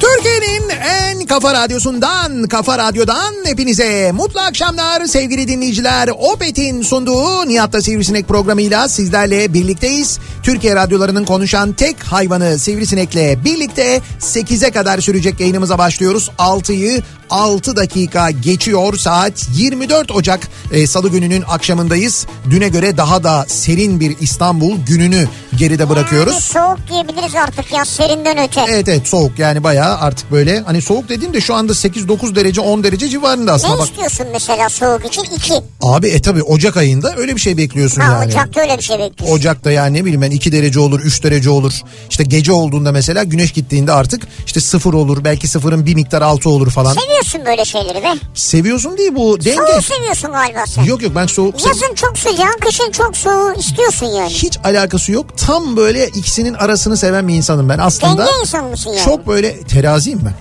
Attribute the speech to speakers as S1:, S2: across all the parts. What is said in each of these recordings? S1: Türkiye'nin en kafa radyosundan, kafa radyodan hepinize mutlu akşamlar sevgili dinleyiciler. Opet'in sunduğu Nihat'ta Sivrisinek programıyla sizlerle birlikteyiz. Türkiye radyolarının konuşan tek hayvanı Sivrisinek'le birlikte 8'e kadar sürecek yayınımıza başlıyoruz. 6'yı 6 dakika geçiyor saat 24 Ocak e, Salı gününün akşamındayız. Düne göre daha da serin bir İstanbul gününü geride bırakıyoruz.
S2: Yani soğuk diyebiliriz artık ya serinden öte.
S1: Evet evet soğuk yani bayağı artık böyle hani soğuk dediğim de şu anda 8-9 derece 10 derece civarında
S2: ne
S1: aslında bak.
S2: istiyorsun mesela soğuk için? İki.
S1: Abi e tabi Ocak ayında öyle bir şey bekliyorsun
S2: Ha,
S1: yani.
S2: Ocakta öyle bir şey bekliyorsun.
S1: Ocak'ta yani ne bileyim ben 2 derece olur 3 derece olur. İşte gece olduğunda mesela güneş gittiğinde artık işte sıfır olur belki sıfırın bir miktar altı olur falan.
S2: Seviyorsun böyle şeyleri be.
S1: Seviyorsun değil bu denge.
S2: Soğuğu seviyorsun galiba sen.
S1: Yok yok ben soğuk sev-
S2: Yazın çok sıcağın, kışın çok soğuğu istiyorsun yani.
S1: hiç alakası yok. Tam böyle ikisinin arasını seven bir insanım ben aslında.
S2: Denge insan mısın yani?
S1: Çok böyle teraziyim ben.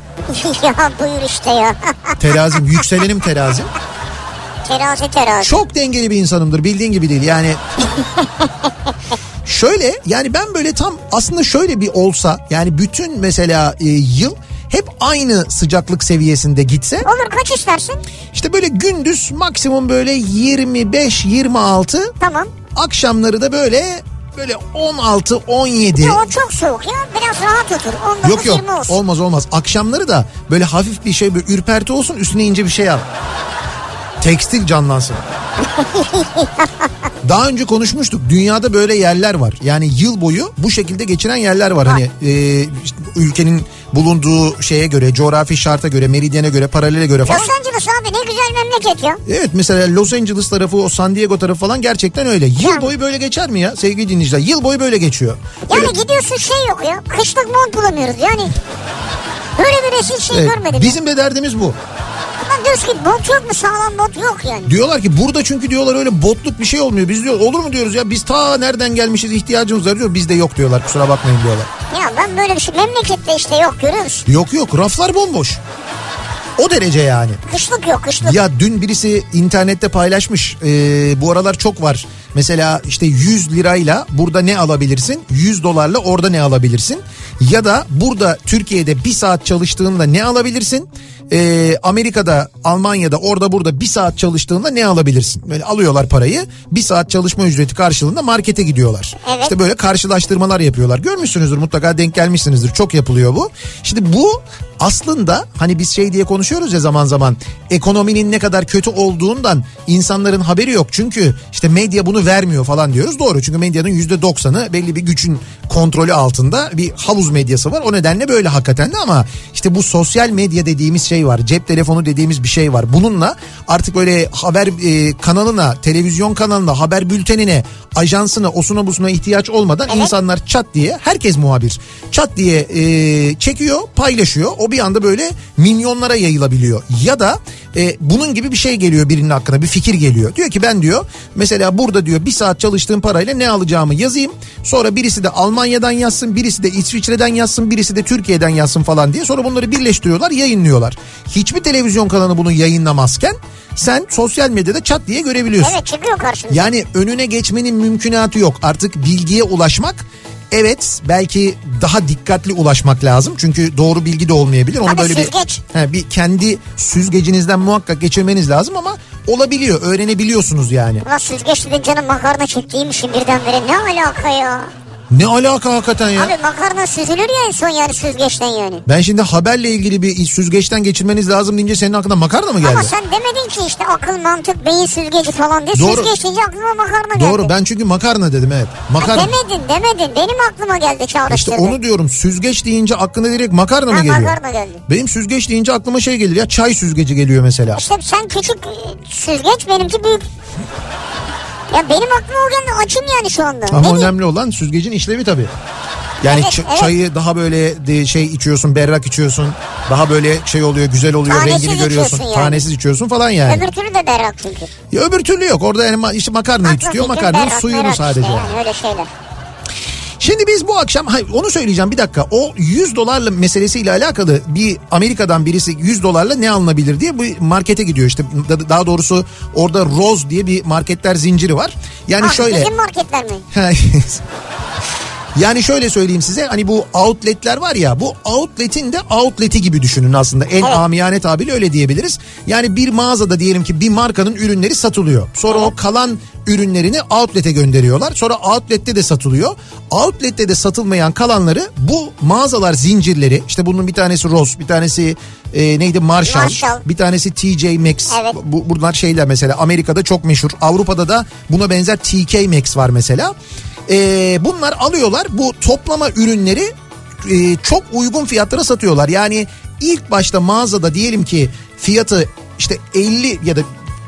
S2: ya buyur işte ya.
S1: Terazim, yükselenim terazim.
S2: terazi terazi.
S1: Çok dengeli bir insanımdır bildiğin gibi değil yani. şöyle yani ben böyle tam aslında şöyle bir olsa yani bütün mesela e, yıl hep aynı sıcaklık seviyesinde gitse
S2: Olur kaç istersin?
S1: işte böyle gündüz maksimum böyle 25-26
S2: Tamam.
S1: akşamları da böyle böyle 16-17
S2: Ya o çok soğuk ya. Biraz rahat otur. 19
S1: Ee, Yok yok
S2: 20 olsun.
S1: olmaz olmaz akşamları da böyle hafif bir şey böyle ürperti olsun üstüne ince bir şey al. Tekstil canlansın. Daha önce konuşmuştuk. Dünyada böyle yerler var. Yani yıl boyu bu şekilde geçinen yerler var. Hani e, işte ülkenin bulunduğu şeye göre, coğrafi şarta göre, meridyene göre, paralele göre falan.
S2: Los Angeles abi ne güzel memleket ya.
S1: Evet mesela Los Angeles tarafı, o San Diego tarafı falan gerçekten öyle. Yıl
S2: Yani.
S1: boyu böyle geçer mi ya sevgili dinleyiciler? Yıl boyu böyle geçiyor.
S2: Yani gidiyorsun şey yok ya. Kışlık mont bulamıyoruz yani. Böyle bir resim şey
S1: Evet,
S2: görmedim. Bizim...
S1: bizim de derdimiz bu.
S2: Ama diyoruz ki bot yok mu sağlam bot yok yani.
S1: Diyorlar ki burada çünkü diyorlar öyle botluk bir şey olmuyor. Biz diyor olur mu diyoruz ya biz ta nereden gelmişiz ihtiyacımız var diyor. Bizde yok diyorlar kusura bakmayın diyorlar.
S2: Ya ben böyle bir şey memlekette işte yok görüyor musun?
S1: Yok yok raflar bomboş. O derece yani.
S2: Kışlık yok kışlık.
S1: Ya dün birisi internette paylaşmış. Ee, bu aralar çok var. Mesela işte 100 lirayla burada ne alabilirsin? 100 dolarla orada ne alabilirsin? Ya da burada Türkiye'de bir saat çalıştığında ne alabilirsin? Ee, Amerika'da, Almanya'da, orada burada bir saat çalıştığında ne alabilirsin? Böyle alıyorlar parayı. Bir saat çalışma ücreti karşılığında markete gidiyorlar.
S2: Evet.
S1: İşte böyle karşılaştırmalar yapıyorlar. Görmüşsünüzdür mutlaka denk gelmişsinizdir. Çok yapılıyor bu. Şimdi bu aslında hani biz şey diye konuşuyoruz ya zaman zaman ekonominin ne kadar kötü olduğundan insanların haberi yok. Çünkü işte medya bunu vermiyor falan diyoruz. Doğru çünkü medyanın yüzde doksanı belli bir gücün kontrolü altında bir havuz medyası var. O nedenle böyle hakikaten de ama işte bu sosyal medya dediğimiz şey var. Cep telefonu dediğimiz bir şey var. Bununla artık böyle haber e, kanalına, televizyon kanalına, haber bültenine, ajansına, osuna busuna ihtiyaç olmadan insanlar çat diye herkes muhabir. Çat diye e, çekiyor, paylaşıyor. O o bir anda böyle milyonlara yayılabiliyor. Ya da e, bunun gibi bir şey geliyor birinin hakkında bir fikir geliyor. Diyor ki ben diyor mesela burada diyor bir saat çalıştığım parayla ne alacağımı yazayım. Sonra birisi de Almanya'dan yazsın birisi de İsviçre'den yazsın birisi de Türkiye'den yazsın falan diye. Sonra bunları birleştiriyorlar yayınlıyorlar. Hiçbir televizyon kanalı bunu yayınlamazken sen sosyal medyada çat diye görebiliyorsun.
S2: Evet çıkıyor karşımıza.
S1: Yani önüne geçmenin mümkünatı yok. Artık bilgiye ulaşmak Evet belki daha dikkatli ulaşmak lazım. Çünkü doğru bilgi de olmayabilir. Onu
S2: Abi
S1: böyle
S2: süzgeç.
S1: bir he, bir kendi süzgecinizden muhakkak geçirmeniz lazım ama olabiliyor. Öğrenebiliyorsunuz yani.
S2: Ulan süzgeç dedin canım makarna çektiğiymişim birdenbire ne alaka ya?
S1: Ne alaka hakikaten ya?
S2: Abi makarna süzülür ya en son yani süzgeçten yani.
S1: Ben şimdi haberle ilgili bir süzgeçten geçirmeniz lazım deyince senin aklına makarna mı geldi?
S2: Ama sen demedin ki işte akıl mantık beyin süzgeci falan diye
S1: Doğru.
S2: süzgeç deyince aklıma makarna geldi.
S1: Doğru ben çünkü makarna dedim evet.
S2: Ha,
S1: Makarna.
S2: demedin demedin benim aklıma geldi
S1: İşte
S2: çağrıştırdı.
S1: onu diyorum süzgeç deyince aklına direkt makarna mı
S2: Ha,
S1: geliyor?
S2: makarna geldi.
S1: Benim süzgeç deyince aklıma şey gelir ya çay süzgeci geliyor mesela.
S2: İşte sen küçük e, süzgeç benimki büyük. Ya benim aklıma o geldi açım yani şu anda.
S1: Ama
S2: Ne diyeyim?
S1: önemli olan süzgecin işlevi tabii. Yani
S2: Evet,
S1: ç-
S2: evet.
S1: çayı daha böyle de- şey içiyorsun, berrak içiyorsun. Daha böyle şey oluyor, güzel oluyor,
S2: Tanesiz
S1: rengini görüyorsun.
S2: içiyorsun yani.
S1: Tanesiz içiyorsun falan yani.
S2: Öbür türlü de berrak çünkü.
S1: Ya öbür türlü yok. Orada yani ma- işte makarnayı
S2: Aklı
S1: tutuyor,
S2: fikir
S1: makarnanın
S2: berrak,
S1: suyunu
S2: berrak
S1: sadece.
S2: Işte yani öyle şeyler.
S1: Şimdi biz bu akşam hayır, onu söyleyeceğim bir dakika. O 100 dolarla meselesiyle alakalı bir Amerika'dan birisi 100 dolarla ne alınabilir diye bu markete gidiyor işte. Da- Daha doğrusu orada Rose diye bir marketler zinciri var. Yani
S2: Ha,
S1: şöyle
S2: Ah, Bizim marketler mi?
S1: yani şöyle söyleyeyim size hani bu outletler var ya bu outletin de outleti gibi düşünün aslında. En
S2: Evet.
S1: amiyane tabiriyle öyle diyebiliriz. Yani bir mağazada diyelim ki bir markanın ürünleri satılıyor. Sonra o kalan ürünlerini outlete gönderiyorlar. Sonra outlette de satılıyor. Outlette de satılmayan kalanları bu mağazalar zincirleri işte bunun bir tanesi Ross bir tanesi e, neydi Marshall,
S2: Marshall.
S1: bir tanesi TJ Maxx
S2: Evet.
S1: bu, bunlar şeyler mesela Amerika'da çok meşhur. Avrupa'da da buna benzer TK Maxx var mesela. Ee, bunlar alıyorlar bu toplama ürünleri e, çok uygun fiyatlara satıyorlar. Yani ilk başta mağazada diyelim ki fiyatı işte 50 ya da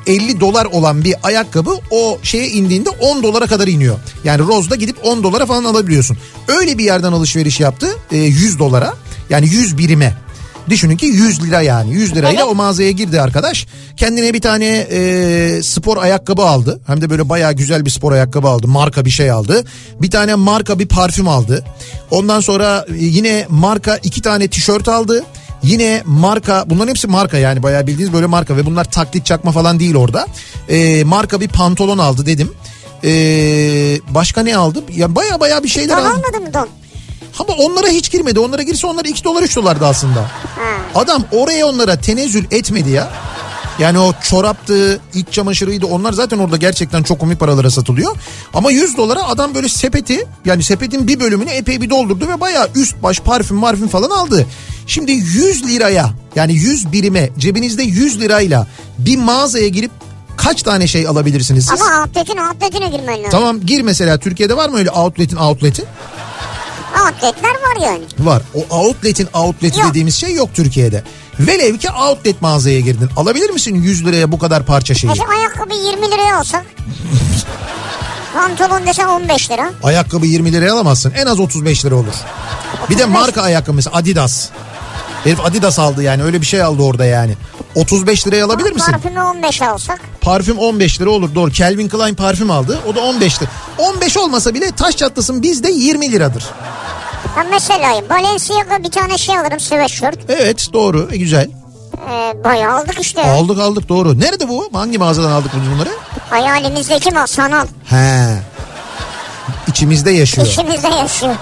S1: 50 dolar olan bir ayakkabı o şeye indiğinde 10 dolara kadar iniyor. Yani Rose'da gidip 10 dolara falan alabiliyorsun. Öyle bir yerden alışveriş yaptı e, 100 dolara yani 100 birime. Düşünün ki 100 lira yani 100 lirayla o mağazaya girdi arkadaş. Kendine bir tane e, spor ayakkabı aldı. Hem de böyle bayağı güzel bir spor ayakkabı aldı. Marka bir şey aldı. Bir tane marka bir parfüm aldı. Ondan sonra e, yine marka iki tane tişört aldı. Yine marka bunların hepsi marka yani bayağı bildiğiniz böyle marka ve bunlar taklit çakma falan değil orada. E, marka bir pantolon aldı dedim. E, başka ne aldı? Ya baya baya bir şeyler
S2: Don
S1: aldı.
S2: almadı mı don?
S1: Ama onlara hiç girmedi. Onlara girse onlar 2 dolar 3 dolardı aslında. Adam oraya onlara tenezzül etmedi ya. Yani o çoraptı, iç çamaşırıydı onlar zaten orada gerçekten çok komik paralara satılıyor. Ama 100 dolara adam böyle sepeti yani sepetin bir bölümünü epey bir doldurdu ve bayağı üst baş parfüm marfüm falan aldı. Şimdi 100 liraya yani 100 birime cebinizde 100 lirayla bir mağazaya girip kaç tane şey alabilirsiniz siz?
S2: Ama outlet'in outlet'ine girmen lazım.
S1: Tamam gir mesela Türkiye'de var mı öyle outlet'in outlet'i?
S2: Outlet'ler Ah, var yani.
S1: Var. O outlet'in outlet
S2: Yok.
S1: dediğimiz şey yok Türkiye'de. Velev ki outlet mağazaya girdin. Alabilir misin 100 liraya bu kadar parça şeyi?
S2: Mesela E ayakkabı 20 liraya olsa. pantolon desen 15 lira.
S1: Ayakkabı 20 liraya alamazsın. En az 35 lira olur. Bir de
S2: 35.
S1: marka ayakkabı mesela Adidas. Herif Adidas aldı yani öyle bir şey aldı orada yani. 35 liraya alabilir misin?
S2: Parfümü 15 alsak.
S1: Parfüm 15 lira olur doğru. Calvin Klein parfüm aldı o da 15 lira. 15 olmasa bile taş çatlasın bizde 20 liradır.
S2: Ben mesela Balenciaga bir tane şey alırım sweatshirt.
S1: Evet doğru e, güzel.
S2: Ee, bayağı aldık işte.
S1: Aldık aldık doğru. Nerede bu? Hangi mağazadan aldık biz bunları?
S2: Hayalimizdeki ma sanal.
S1: He. İçimizde yaşıyor.
S2: İçimizde yaşıyor.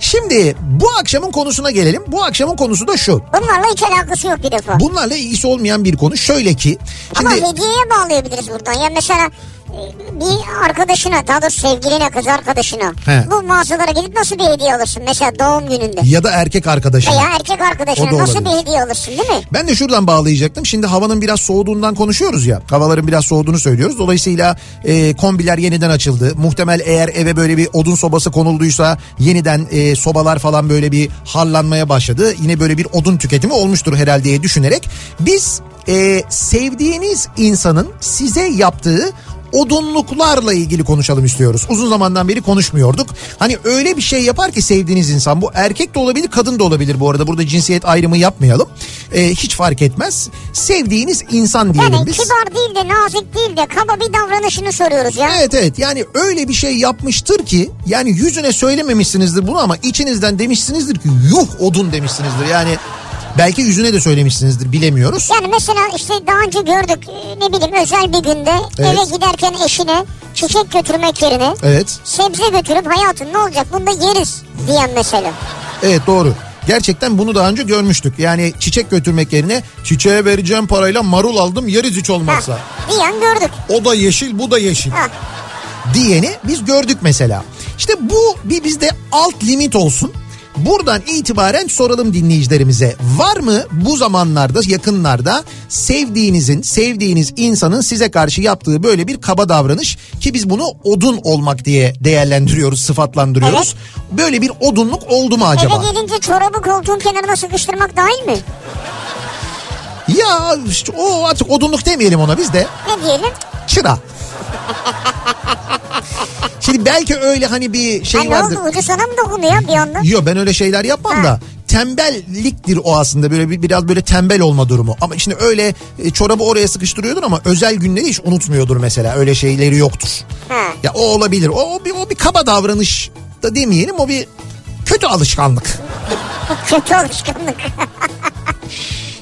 S1: Şimdi bu akşamın konusuna gelelim. Bu akşamın konusu da şu.
S2: Bunlarla hiç alakası yok bir defa.
S1: Bunlarla ilgisi olmayan bir konu. Şöyle ki.
S2: Ama
S1: Şimdi
S2: hediyeye bağlayabiliriz buradan. Yani mesela e, bir arkadaşına daha doğrusu sevgiline kız arkadaşına
S1: He.
S2: bu mağazalara gidip nasıl bir hediye alırsın mesela doğum gününde
S1: ya da erkek arkadaşım.
S2: veya erkek
S1: O da
S2: arkadaşına nasıl bir
S1: olabilir.
S2: hediye alırsın değil mi?
S1: Ben de şuradan bağlayacaktım. Şimdi havanın biraz soğuduğundan konuşuyoruz ya. Havaların biraz soğuduğunu söylüyoruz. Dolayısıyla e, kombiler yeniden açıldı. Muhtemel eğer eve böyle bir odun sobası konulduysa yeniden e, sobalar falan böyle bir harlanmaya başladı. Yine böyle bir odun tüketimi olmuştur herhalde diye düşünerek biz e, sevdiğiniz insanın size yaptığı odunluklarla ilgili konuşalım istiyoruz. Uzun zamandan beri konuşmuyorduk. Hani öyle bir şey yapar ki sevdiğiniz insan bu erkek de olabilir kadın da olabilir bu arada burada cinsiyet ayrımı yapmayalım. Ee, hiç fark etmez. Sevdiğiniz insan diyelim
S2: Yani
S1: biz.
S2: kibar değil de nazik değil de kaba bir davranışını soruyoruz ya.
S1: Evet evet yani öyle bir şey yapmıştır ki yani yüzüne söylememişsinizdir bunu ama içinizden demişsinizdir ki yuh odun demişsinizdir yani belki yüzüne de söylemişsinizdir bilemiyoruz.
S2: Yani mesela işte daha önce gördük e, ne bileyim özel bir günde
S1: Evet.
S2: eve giderken eşine çiçek götürmek yerine
S1: Evet
S2: sebze götürüp hayatım ne olacak bunu da yeriz diyen mesela.
S1: evet doğru. Gerçekten bunu daha önce görmüştük. Yani çiçek götürmek yerine çiçeğe vereceğim parayla marul aldım yeriz hiç
S2: Ha,
S1: olmazsa.
S2: diyen gördük.
S1: O da yeşil bu da yeşil.
S2: Ha.
S1: diyeni biz gördük mesela. İşte bu bir bizde alt limit olsun. Buradan itibaren soralım dinleyicilerimize. Var mı bu zamanlarda yakınlarda sevdiğinizin, sevdiğiniz insanın size karşı yaptığı böyle bir kaba davranış ki biz bunu odun olmak diye değerlendiriyoruz, sıfatlandırıyoruz. Böyle bir odunluk oldu mu acaba?
S2: Eve gelince çorabı koltuğun kenarına sıkıştırmak dahil mi?
S1: Ya işte o artık odunluk demeyelim ona biz de.
S2: Ne diyelim?
S1: Çıra. Şimdi belki öyle hani bir şey
S2: Ha, ne
S1: vardır.
S2: oldu ucu sana mı dokundu ya bir anda?
S1: Yok ben öyle şeyler yapmam
S2: Ha.
S1: da tembelliktir o aslında böyle bir, biraz böyle tembel olma durumu. Ama şimdi öyle e, çorabı oraya sıkıştırıyordur ama özel günleri hiç unutmuyordur mesela öyle şeyleri yoktur.
S2: Ha.
S1: Ya o olabilir o, o, bir, o bir kaba davranış da demeyelim o bir kötü alışkanlık.
S2: Kötü alışkanlık.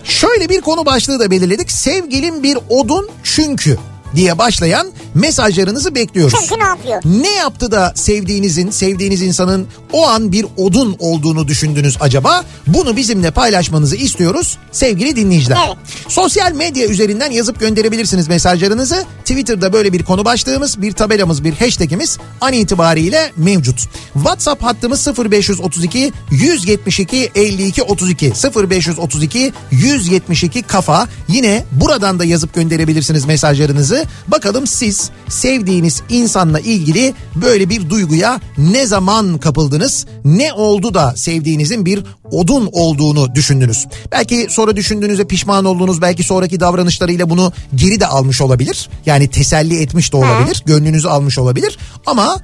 S1: Şöyle bir konu başlığı da belirledik sevgilim bir odun çünkü diye başlayan mesajlarınızı bekliyoruz.
S2: Çünkü ne yapıyor?
S1: Ne yaptı da sevdiğinizin, sevdiğiniz insanın o an bir odun olduğunu düşündünüz acaba? Bunu bizimle paylaşmanızı istiyoruz sevgili dinleyiciler.
S2: Evet.
S1: Sosyal medya üzerinden yazıp gönderebilirsiniz mesajlarınızı. Twitter'da böyle bir konu başlığımız, bir tabelamız, bir hashtagimiz an itibariyle mevcut. WhatsApp hattımız 0532 172 52 32 0532 172 kafa. Yine buradan da yazıp gönderebilirsiniz mesajlarınızı. Bakalım siz sevdiğiniz insanla ilgili böyle bir duyguya ne zaman kapıldınız? Ne oldu da sevdiğinizin bir odun olduğunu düşündünüz? Belki sonra düşündüğünüzde pişman oldunuz. Belki sonraki davranışlarıyla bunu geri de almış olabilir. Yani teselli etmiş de olabilir. Gönlünüzü almış olabilir. Ama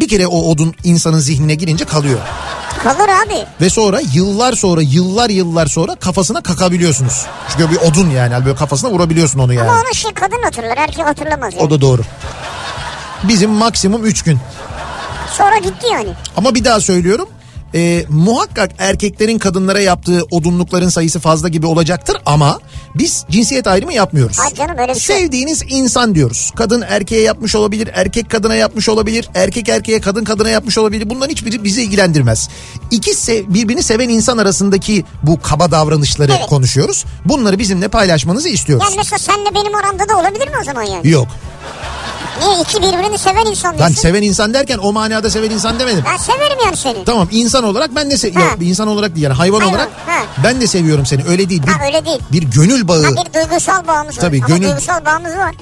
S1: bir kere o odun insanın zihnine girince kalıyor.
S2: Kalır abi.
S1: Ve sonra yıllar sonra yıllar yıllar sonra kafasına kakabiliyorsunuz. Çünkü bir odun yani böyle kafasına vurabiliyorsun onu yani.
S2: Ama onu şey kadın hatırlar erkek hatırlamaz. Yani.
S1: O da doğru. Bizim maksimum 3 gün.
S2: Sonra gitti yani.
S1: Ama bir daha söylüyorum. e, muhakkak erkeklerin kadınlara yaptığı odunlukların sayısı fazla gibi olacaktır ama biz cinsiyet ayrımı yapmıyoruz.
S2: Ay canım, öyle bir şey.
S1: Sevdiğiniz insan diyoruz. Kadın erkeğe yapmış olabilir, erkek kadına yapmış olabilir, erkek erkeğe kadın kadına yapmış olabilir. Bunların hiçbiri bizi ilgilendirmez. İki se- birbirini seven insan arasındaki bu kaba davranışları
S2: Evet.
S1: konuşuyoruz. Bunları bizimle paylaşmanızı istiyoruz.
S2: Yani mesela senle benim oramda da olabilir mi o zaman yani?
S1: Yok.
S2: Niye iki birbirini seven insan
S1: Lan
S2: diyorsun?
S1: seven insan derken o manada seven insan demedim.
S2: ben severim yani seni.
S1: Tamam insan olarak ben de se-
S2: Ha.
S1: yok bir insan olarak değil yani hayvan,
S2: Hayvan,
S1: olarak
S2: ha.
S1: ben de seviyorum seni öyle değil. Bir,
S2: Ha, öyle değil.
S1: bir gönül bağı.
S2: Ha, bir duygusal bağımız var.
S1: Tabii,
S2: Ama
S1: gönül-
S2: duygusal bağımız var.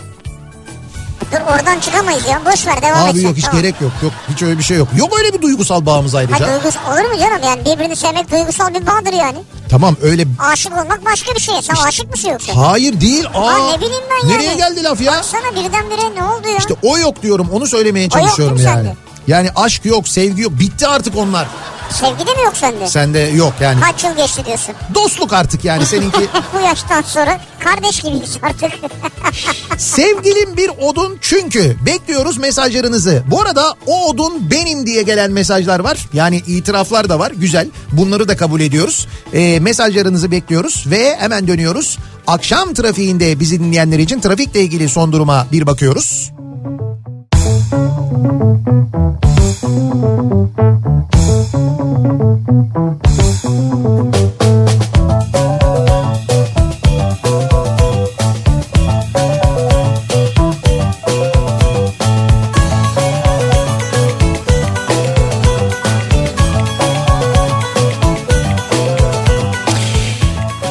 S2: Dur oradan çıkamayız ya. Boş ver devam
S1: Abi
S2: etsin.
S1: yok hiç
S2: Tamam.
S1: gerek yok. Yok hiç öyle bir şey yok. Yok öyle bir duygusal bağımız
S2: Ha,
S1: ayrıca.
S2: duygusal olur mu canım yani birbirini sevmek duygusal bir bağdır yani.
S1: tamam öyle
S2: Aşık olmak başka bir şey. Sen aşık mısın yoksa?
S1: Hayır değil. Aa,
S2: Lan ne bileyim ben
S1: Nereye
S2: yani.
S1: geldi laf ya?
S2: Sana birdenbire ne oldu ya?
S1: İşte o yok diyorum. Onu söylemeye
S2: O yok
S1: çalışıyorum
S2: değil mi
S1: yani.
S2: sende?
S1: Yani aşk yok, sevgi yok. Bitti artık onlar.
S2: Sevgi de mi yok sende?
S1: Sende yok yani.
S2: Kaç yıl geçti diyorsun? Eh,
S1: Dostluk artık yani seninki.
S2: Bu yaştan sonra kardeş gibiyiz artık.
S1: Sevgilim bir odun çünkü. Bekliyoruz mesajlarınızı. Bu arada o odun benim diye gelen mesajlar var. Yani itiraflar da var. Güzel. Bunları da kabul ediyoruz. Ee, mesajlarınızı bekliyoruz ve hemen dönüyoruz. Akşam trafiğinde bizi dinleyenler için trafikle ilgili son duruma bir bakıyoruz.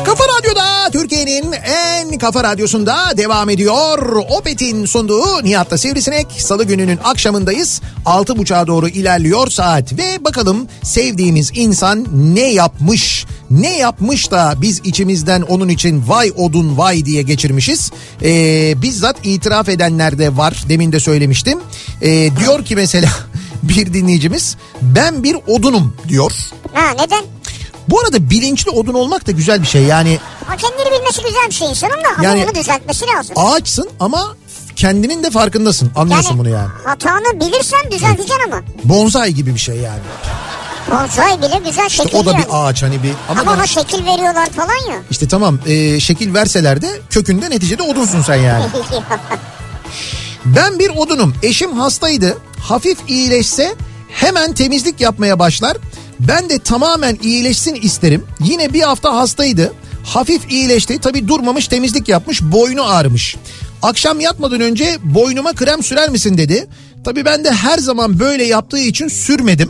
S1: Kafa Radyo'da Türkiye'nin en Kafa Radyosu'nda devam ediyor. Opet'in sunduğu Nihat'ta Sivrisinek. Salı gününün akşamındayız. 6.30'a doğru ilerliyor saat. Ve bakalım sevdiğimiz insan ne yapmış? Ne yapmış da biz içimizden onun için vay odun vay diye geçirmişiz. Ee, bizzat itiraf edenler de var. Demin de söylemiştim. Ee, diyor ki mesela bir dinleyicimiz ben bir odunum diyor.
S2: Ha neden?
S1: Bu arada bilinçli odun olmak da güzel bir şey. Yani
S2: Ha kendini bilmesi güzel bir şey insanın da ama
S1: Yani-
S2: onu düzeltmesi lazım.
S1: ağaçsın ama kendinin de farkındasın. Anlıyorsun bunu yani.
S2: Hatanı bilirsen düzelteceksin ama.
S1: Bonsai gibi bir şey yani.
S2: Bonsai bile güzel şekil
S1: İşte o da bir
S2: yani.
S1: ağaç hani bir ama,
S2: Ama şey-
S1: da-
S2: ona şekil veriyorlar falan ya.
S1: işte tamam e, şekil verseler de kökünde neticede odunsun sen yani. Ben bir odunum. Eşim hastaydı. Hafif iyileşse hemen temizlik yapmaya başlar. Ben de tamamen iyileşsin isterim. Yine bir hafta hastaydı. Hafif iyileşti. Tabii durmamış temizlik yapmış. Boynu ağrımış. Akşam yatmadan önce boynuma krem sürer misin dedi. Tabii ben de her zaman böyle yaptığı için sürmedim.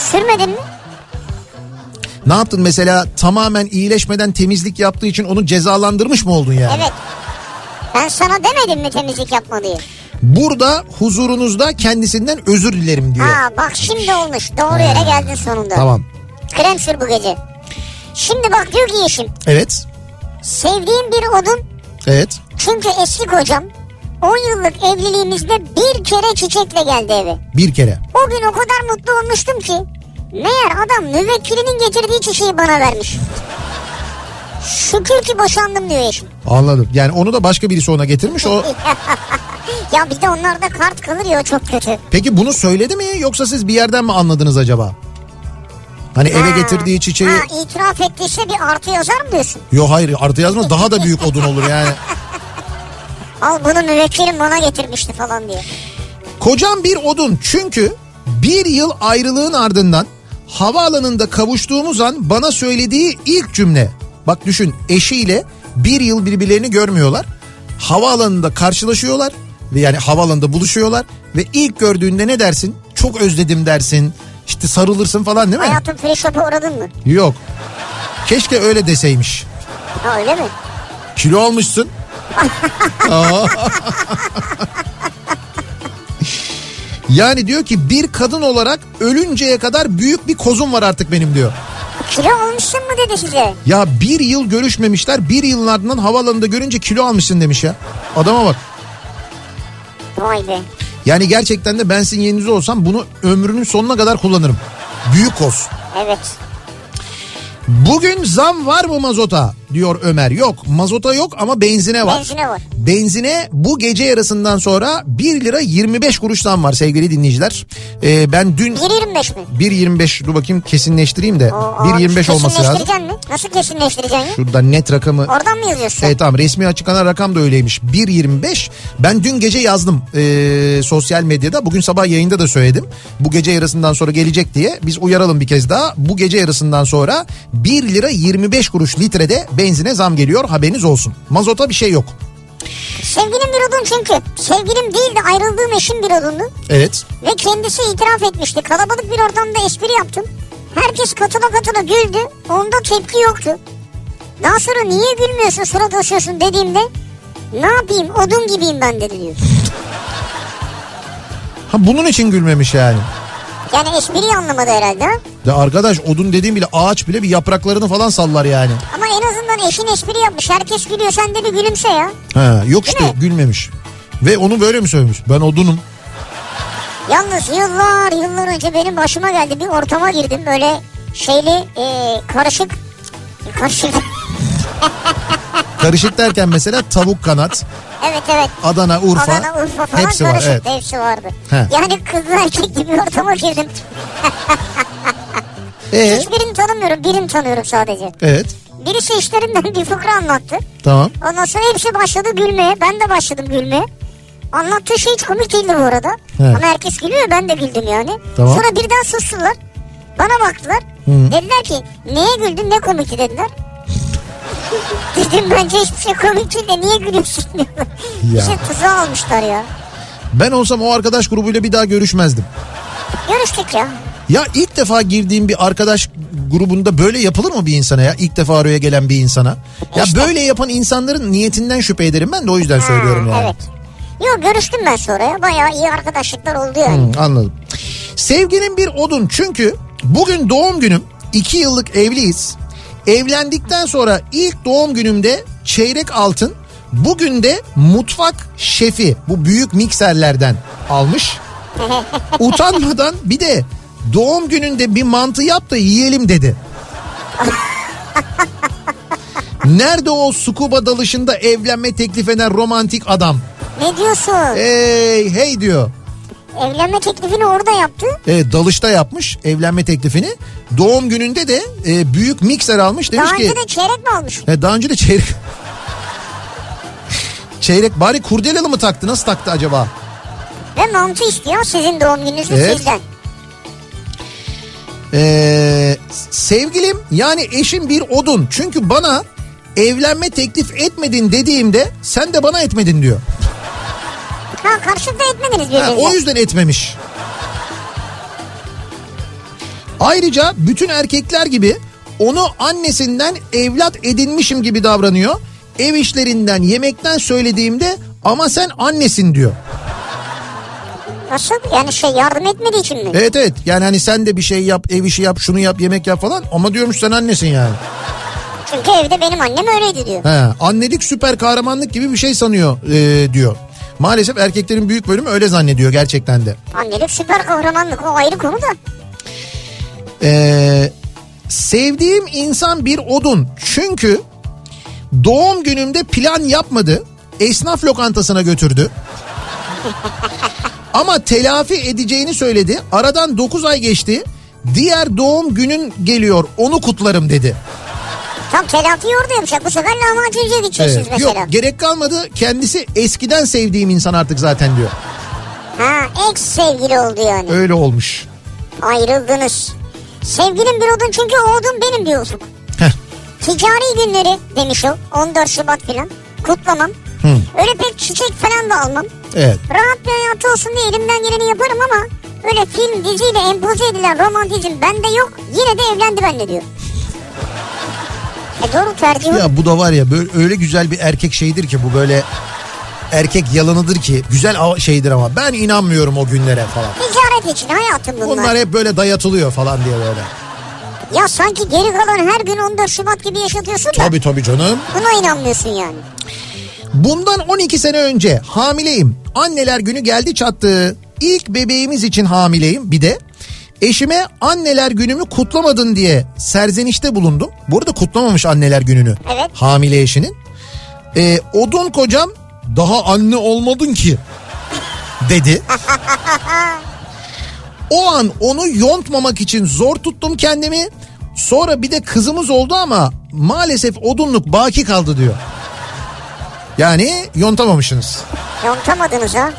S2: Sürmedin mi?
S1: Ne yaptın mesela tamamen iyileşmeden temizlik yaptığı için onu cezalandırmış mı oldun yani?
S2: Evet. Ben sana demedim mi temizlik yapma diye.
S1: Burada huzurunuzda kendisinden özür dilerim diyor.
S2: Ha bak şimdi olmuş. Doğru yere geldin sonunda.
S1: Tamam.
S2: Krem sür bu gece. Şimdi bak diyor ki yeşim.
S1: Evet.
S2: Sevdiğim bir odun.
S1: Evet.
S2: Çünkü eski kocam 10 yıllık evliliğimizde bir kere çiçekle geldi eve.
S1: Bir kere.
S2: O gün o kadar mutlu olmuştum ki. Meğer adam müvekkilinin getirdiği çiçeği bana vermiş. Şükür ki boşandım diyor eşim.
S1: Anladım. Yani onu da başka birisi ona getirmiş. O
S2: ya bir de onlarda kart kalır ya o çok kötü.
S1: Peki bunu söyledi mi yoksa siz bir yerden mi anladınız acaba? Hani eve
S2: Ha.
S1: getirdiği çiçeği
S2: Ha, itiraf ettiyse bir artı yazar mı diyorsun?
S1: Yo hayır artı yazmaz daha da büyük odun olur yani.
S2: Al bunu müvekkilim bana getirmişti falan diyor.
S1: Kocam bir odun çünkü bir yıl ayrılığın ardından havaalanında kavuştuğumuz an bana söylediği ilk cümle. Bak düşün eşiyle bir yıl birbirlerini görmüyorlar. Havaalanında karşılaşıyorlar ve yani havaalanında buluşuyorlar ve ilk gördüğünde ne dersin? Çok özledim dersin. İşte sarılırsın falan değil mi?
S2: Hayatım free shop'a uğradın mı?
S1: Yok. Keşke öyle deseymiş.
S2: Ha öyle mi?
S1: Kilo almışsın. yani diyor ki bir kadın olarak ölünceye kadar büyük bir kozum var artık benim diyor.
S2: Kilo olmuşsun mu dedi size.
S1: Ya bir yıl görüşmemişler bir yılın ardından havaalanında görünce kilo almışsın demiş ya. Adama bak.
S2: Vay be.
S1: Yani gerçekten de ben sizin yerinizde olsam bunu ömrünün sonuna kadar kullanırım. Büyük koz.
S2: Evet.
S1: Bugün zam var mı mazota diyor Ömer. Yok mazota yok ama benzine var.
S2: Benzine var.
S1: Benzine bu gece yarısından sonra 1 lira 25 kuruş zam var sevgili dinleyiciler. Ee, ben dün
S2: 1.25 mi?
S1: 1.25 dur bakayım kesinleştireyim de
S2: Oo, abi,
S1: 1.25 olması lazım.
S2: kesinleştireceksin mi? Nasıl kesinleştireceksin ya?
S1: Şurada net rakamı
S2: Oradan mı yazıyorsun?
S1: Evet tamam resmi açıklanan rakam da öyleymiş. 1.25. Ben dün gece yazdım ee, sosyal medyada. Bugün sabah yayında da söyledim. Bu gece yarısından sonra gelecek diye. Biz uyaralım bir kez daha. Bu gece yarısından sonra 1 lira 25 kuruş litrede benzine zam geliyor. Haberiniz olsun. Mazota bir şey yok.
S2: Sevgilim bir odun çünkü. Sevgilim değil de ayrıldığım eşim bir odundu.
S1: Evet.
S2: Ve kendisi itiraf etmişti. Kalabalık bir ortamda espri yaptım. Herkes katıla katıla güldü. Onda tepki yoktu. Daha sonra niye gülmüyorsun surat asıyorsun dediğimde ne yapayım odun gibiyim ben dedi diyor.
S1: Ha bunun için gülmemiş yani.
S2: Yani espriyi anlamadı herhalde ha?
S1: De arkadaş odun dediğim bile ağaç bile bir yapraklarını falan sallar yani.
S2: Ama en azından eşin espri yapmış. Herkes gülüyor sen de bir gülümse ya.
S1: Ha yok
S2: Değil
S1: işte
S2: mi?
S1: gülmemiş. Ve onu böyle mi söylemiş? Ben odunum.
S2: Yalnız yıllar yıllar önce benim başıma geldi. Bir ortama girdim böyle şeyli e, karışık karışık.
S1: Karışık derken mesela tavuk kanat,
S2: evet evet.
S1: Adana, Urfa,
S2: Adana, Urfa falan
S1: hepsi var.
S2: karışık.
S1: Evet.
S2: Hepsi vardı.
S1: He.
S2: Yani kızlı erkek gibi bir ortama girdim.
S1: Ee,
S2: Hiçbirini tanımıyorum. Birini tanıyorum sadece.
S1: evet.
S2: Birisi işlerinden bir fıkra anlattı.
S1: Tamam.
S2: Ondan sonra hepsi başladı gülmeye. Ben de başladım gülmeye. Anlattığı şey hiç komik değildi bu arada.
S1: He.
S2: Ama herkes gülüyor ben de güldüm yani.
S1: Tamam.
S2: Sonra birden sustular. Bana baktılar. Dediler ki neye güldün ne komikti dediler. Dedim bence hiçbir şey komik değil de niye gülüyorsun diyorlar.
S1: Ya.
S2: İşte tuzağa almışlar ya.
S1: Ben olsam o arkadaş grubuyla bir daha görüşmezdim.
S2: Görüştük ya.
S1: Ya ilk defa girdiğim bir arkadaş grubunda böyle yapılır mı bir insana ya? İlk defa araya gelen bir insana. Ya
S2: İşte.
S1: böyle yapan insanların niyetinden şüphe ederim ben de o yüzden söylüyorum
S2: Ha,
S1: yani.
S2: Evet. Yok görüştüm ben sonra ya. Bayağı iyi arkadaşlıklar oldu yani.
S1: Hmm, anladım. Sevginin bir odun çünkü bugün doğum günüm. iki yıllık evliyiz. Evlendikten sonra ilk doğum günümde çeyrek altın. Bugün de mutfak şefi bu büyük mikserlerden almış. Utanmadan bir de doğum gününde bir mantı yap da yiyelim dedi. Nerede o scuba dalışında evlenme teklif eden romantik adam?
S2: Ne diyorsun?
S1: E- Hey hey diyor.
S2: Evlenme teklifini orada yaptı.
S1: E, dalışta yapmış evlenme teklifini. Doğum gününde de e, büyük mikser almış demiş
S2: Daha
S1: ki
S2: önce de çeyrek mi almış?
S1: E, daha önce de çeyrek çeyrek bari kurdelalı mı taktı nasıl taktı acaba?
S2: Ve mantı istiyor sizin doğum gününüzü
S1: Evet.
S2: sizden.
S1: E, sevgilim yani eşim bir odun çünkü bana evlenme teklif etmedin dediğimde sen de bana etmedin diyor.
S2: Ha karşılıklı etmediniz
S1: Ha,
S2: birbirinize.
S1: o yüzden etmemiş. Ayrıca bütün erkekler gibi onu annesinden evlat edinmişim gibi davranıyor. Ev işlerinden, yemekten söylediğimde ama sen annesin diyor.
S2: Nasıl? Yani şey yardım etmediği için mi?
S1: Evet evet yani hani sen de bir şey yap, ev işi yap, şunu yap, yemek yap falan ama diyormuş sen annesin yani.
S2: Çünkü evde benim annem öyleydi diyor.
S1: He, annelik süper kahramanlık gibi bir şey sanıyor e, diyor. Maalesef erkeklerin büyük bölümü öyle zannediyor gerçekten de.
S2: Annelik süper kahramanlık o ayrı konu da.
S1: Ee, sevdiğim insan bir odun. Çünkü doğum günümde plan yapmadı. Esnaf lokantasına götürdü. Ama telafi edeceğini söyledi. Aradan 9 ay geçti. Diğer doğum günün geliyor onu kutlarım dedi.
S2: Tam telafiyi orada yapacak. Bu sefer lahmacuncuya gideceksiniz
S1: Evet. Yok
S2: mesela.
S1: gerek kalmadı kendisi eskiden sevdiğim insan artık zaten diyor.
S2: Ha ex sevgili oldu yani.
S1: Öyle olmuş.
S2: Ayrıldınız. Sevgilim bir odun çünkü o odun benim bir uzuk.
S1: Heh.
S2: Ticari günleri demiş o. 14 Şubat filan. Kutlamam. Öyle pek çiçek falan da almam.
S1: Evet.
S2: Rahat bir hayatı olsun diye elimden geleni yaparım ama öyle film diziyle empoze edilen romantizm bende yok. Yine de evlendi benimle diyor. E doğru tercih o.
S1: Ya bu da var ya böyle öyle güzel bir erkek şeyidir ki bu böyle erkek yalanıdır ki güzel av- şeydir ama ben inanmıyorum o günlere falan.
S2: Ticaret için hayatım bunlar.
S1: Bunlar hep böyle dayatılıyor falan diye böyle.
S2: Ya sanki geri kalan her gün 14 Şubat gibi yaşatıyorsun da
S1: Tabii tabii canım.
S2: buna inanmıyorsun yani.
S1: Bundan 12 sene önce hamileyim. Anneler günü geldi çattı. İlk bebeğimiz için hamileyim bir de. Eşime anneler günümü kutlamadın diye serzenişte bulundum. Bu arada kutlamamış anneler gününü.
S2: Evet.
S1: Hamile eşinin. Ee, odun kocam daha anne olmadın ki dedi. O an onu yontmamak için zor tuttum kendimi. Sonra bir de kızımız oldu ama maalesef odunluk baki kaldı diyor. Yani yontamamışsınız.
S2: Yontamadınız ha.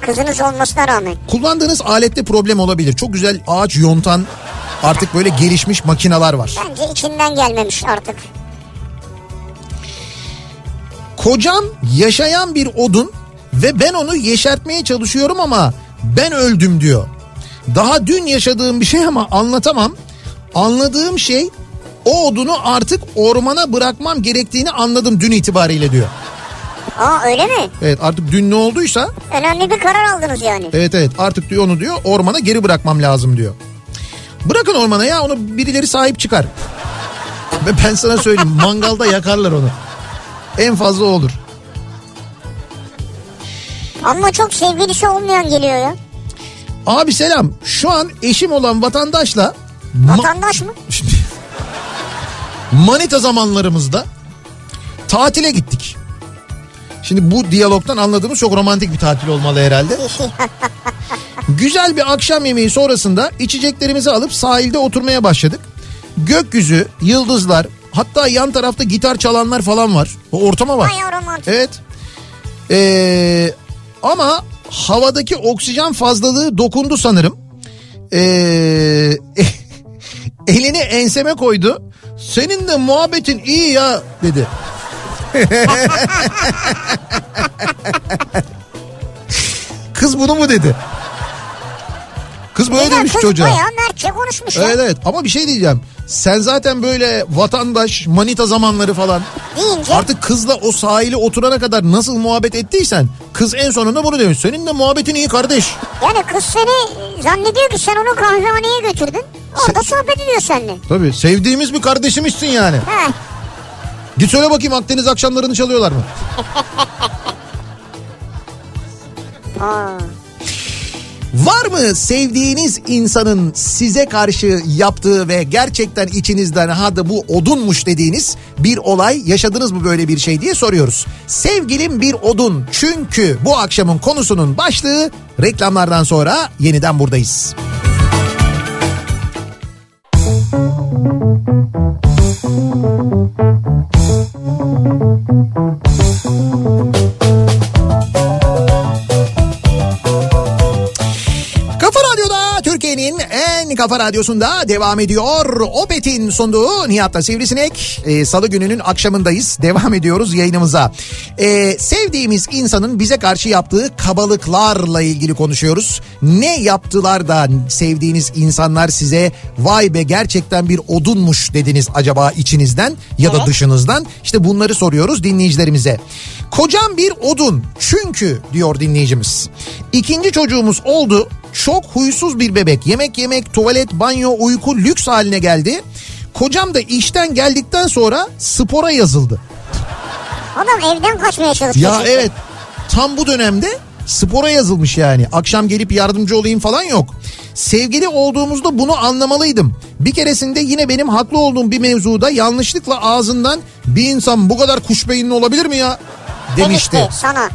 S2: Kızınız olmasına rağmen.
S1: Kullandığınız alette problem olabilir. Çok güzel ağaç yontan artık böyle gelişmiş makinalar var.
S2: Bence içinden gelmemiş artık.
S1: Kocam yaşayan bir odun ve ben onu yeşertmeye çalışıyorum ama ben öldüm diyor. Daha dün yaşadığım bir şey ama anlatamam. Anladığım şey o odunu artık ormana bırakmam gerektiğini anladım dün itibariyle diyor.
S2: Aa öyle mi?
S1: Evet artık dün ne olduysa
S2: Önemli bir karar aldınız yani.
S1: Evet evet artık diyor onu diyor ormana geri bırakmam lazım diyor. Bırakın ormana ya onu birileri sahip çıkar. Ve ben sana söyleyeyim mangalda yakarlar onu. En fazla o olur.
S2: Ama çok sevgilisi olmayan geliyor ya.
S1: Abi selam şu an eşim olan vatandaşla ma-
S2: Vatandaş mı?
S1: Şimdi- manita zamanlarımızda tatile gittik. Şimdi bu diyalogtan anladığımız çok romantik bir tatil olmalı herhalde. Güzel bir akşam yemeği sonrasında içeceklerimizi alıp sahilde oturmaya başladık. Gökyüzü, yıldızlar, hatta yan tarafta gitar çalanlar falan var. O ortama bak.
S2: Bayağı romantik.
S1: Evet. Ee, ama havadaki oksijen fazlalığı dokundu sanırım. Ee, elini enseme koydu. Senin de muhabbetin iyi ya dedi. Kız bunu mu dedi? Kız böyle
S2: Güzel,
S1: demiş
S2: kız
S1: çocuğa.
S2: Bayağı mertçe konuşmuş ya.
S1: Evet evet ama bir şey diyeceğim. Sen zaten böyle vatandaş, manita zamanları falan.
S2: Deyince
S1: Artık kızla o sahile oturana kadar nasıl muhabbet ettiysen kız en sonunda bunu demiş. Senin de muhabbetin iyi kardeş.
S2: yani kız seni zannediyor ki sen onu kahvehaneye götürdün. Orada sohbet ediyor seninle.
S1: Tabii sevdiğimiz bir kardeşimizsin yani.
S2: Heh.
S1: Git söyle bakayım Akdeniz akşamlarını çalıyorlar mı?
S2: Aa.
S1: Var mı sevdiğiniz insanın size karşı yaptığı ve gerçekten içinizden ha da bu odunmuş dediğiniz bir olay yaşadınız mı böyle bir şey diye soruyoruz. Sevgilim bir odun çünkü bu akşamın konusunun başlığı reklamlardan sonra yeniden buradayız. Kafa Radyo'da Türkiye'nin en kafa radyosunda devam ediyor. Opet'in sunduğu Nihat'la Sivrisinek. Ee, Salı gününün akşamındayız. Devam ediyoruz yayınımıza. Ee, sevdiğimiz insanın bize karşı yaptığı kabalıklarla ilgili konuşuyoruz. Ne yaptılar da sevdiğiniz insanlar size vay be gerçekten bir odunmuş dediniz acaba içinizden ya da
S2: Evet.
S1: dışınızdan? İşte bunları soruyoruz dinleyicilerimize. Kocam bir odun çünkü diyor dinleyicimiz. İkinci çocuğumuz oldu. Çok huysuz bir bebek. Yemek yemek, tuvalet, banyo, uyku lüks haline geldi. Kocam da işten geldikten sonra spora yazıldı.
S2: Adam evden kaçmaya çalışıyor.
S1: Ya
S2: çünkü.
S1: evet tam bu dönemde spora yazılmış yani. Akşam gelip yardımcı olayım falan yok. Sevgili olduğumuzda bunu anlamalıydım. Bir keresinde yine benim haklı olduğum bir mevzuda yanlışlıkla ağzından bir insan bu kadar kuş beyinli olabilir mi ya demişti.
S2: Demişti sana.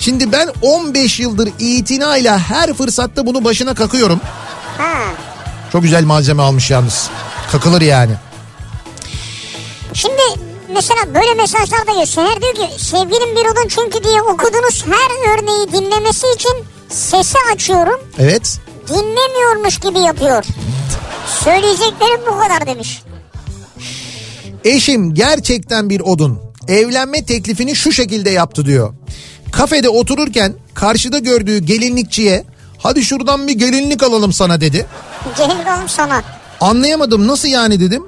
S1: Şimdi ben 15 yıldır itinayla her fırsatta bunu başına kakıyorum.
S2: Ha.
S1: Çok güzel malzeme almış yalnız. Kakılır yani.
S2: Şimdi mesela böyle mesajlar da geliyor. Seher diyor ki sevgilim bir odun çünkü diye okudunuz her örneği dinlemesi için sesi açıyorum.
S1: Evet.
S2: Dinlemiyormuş gibi yapıyor. Söyleyeceklerim bu kadar demiş.
S1: Eşim gerçekten bir odun. Evlenme teklifini şu şekilde yaptı diyor. Kafede otururken karşıda gördüğü gelinlikçiye hadi şuradan bir gelinlik alalım sana dedi.
S2: Gelin oğlum sana.
S1: Anlayamadım nasıl yani dedim.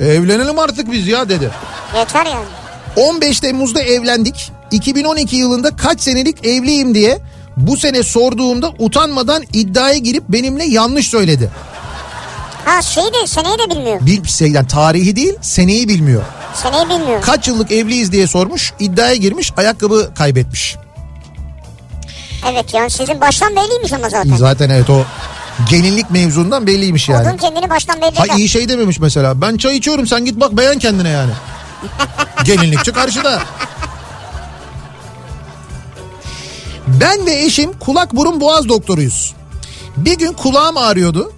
S1: Evlenelim artık biz ya dedi.
S2: Yeter yani.
S1: 15 Temmuz'da evlendik. 2012 yılında kaç senelik evliyim diye bu sene sorduğumda utanmadan iddiaya girip benimle yanlış söyledi.
S2: Ha şeyi de seneyi de bilmiyor.
S1: Bir şeyden tarihi değil seneyi bilmiyor.
S2: Seneyi bilmiyor.
S1: Kaç yıllık evliyiz diye sormuş iddiaya girmiş ayakkabı kaybetmiş.
S2: evet yani sizin baştan belliymiş ama zaten.
S1: Zaten evet o gelinlik mevzundan belliymiş yani.
S2: Odun kendini baştan belli
S1: Ha
S2: eder.
S1: iyi şey dememiş mesela. Ben çay içiyorum sen git bak beğen kendine yani. Gelinlikçi karşıda. Ben ve eşim kulak burun boğaz doktoruyuz. Bir gün kulağım ağrıyordu.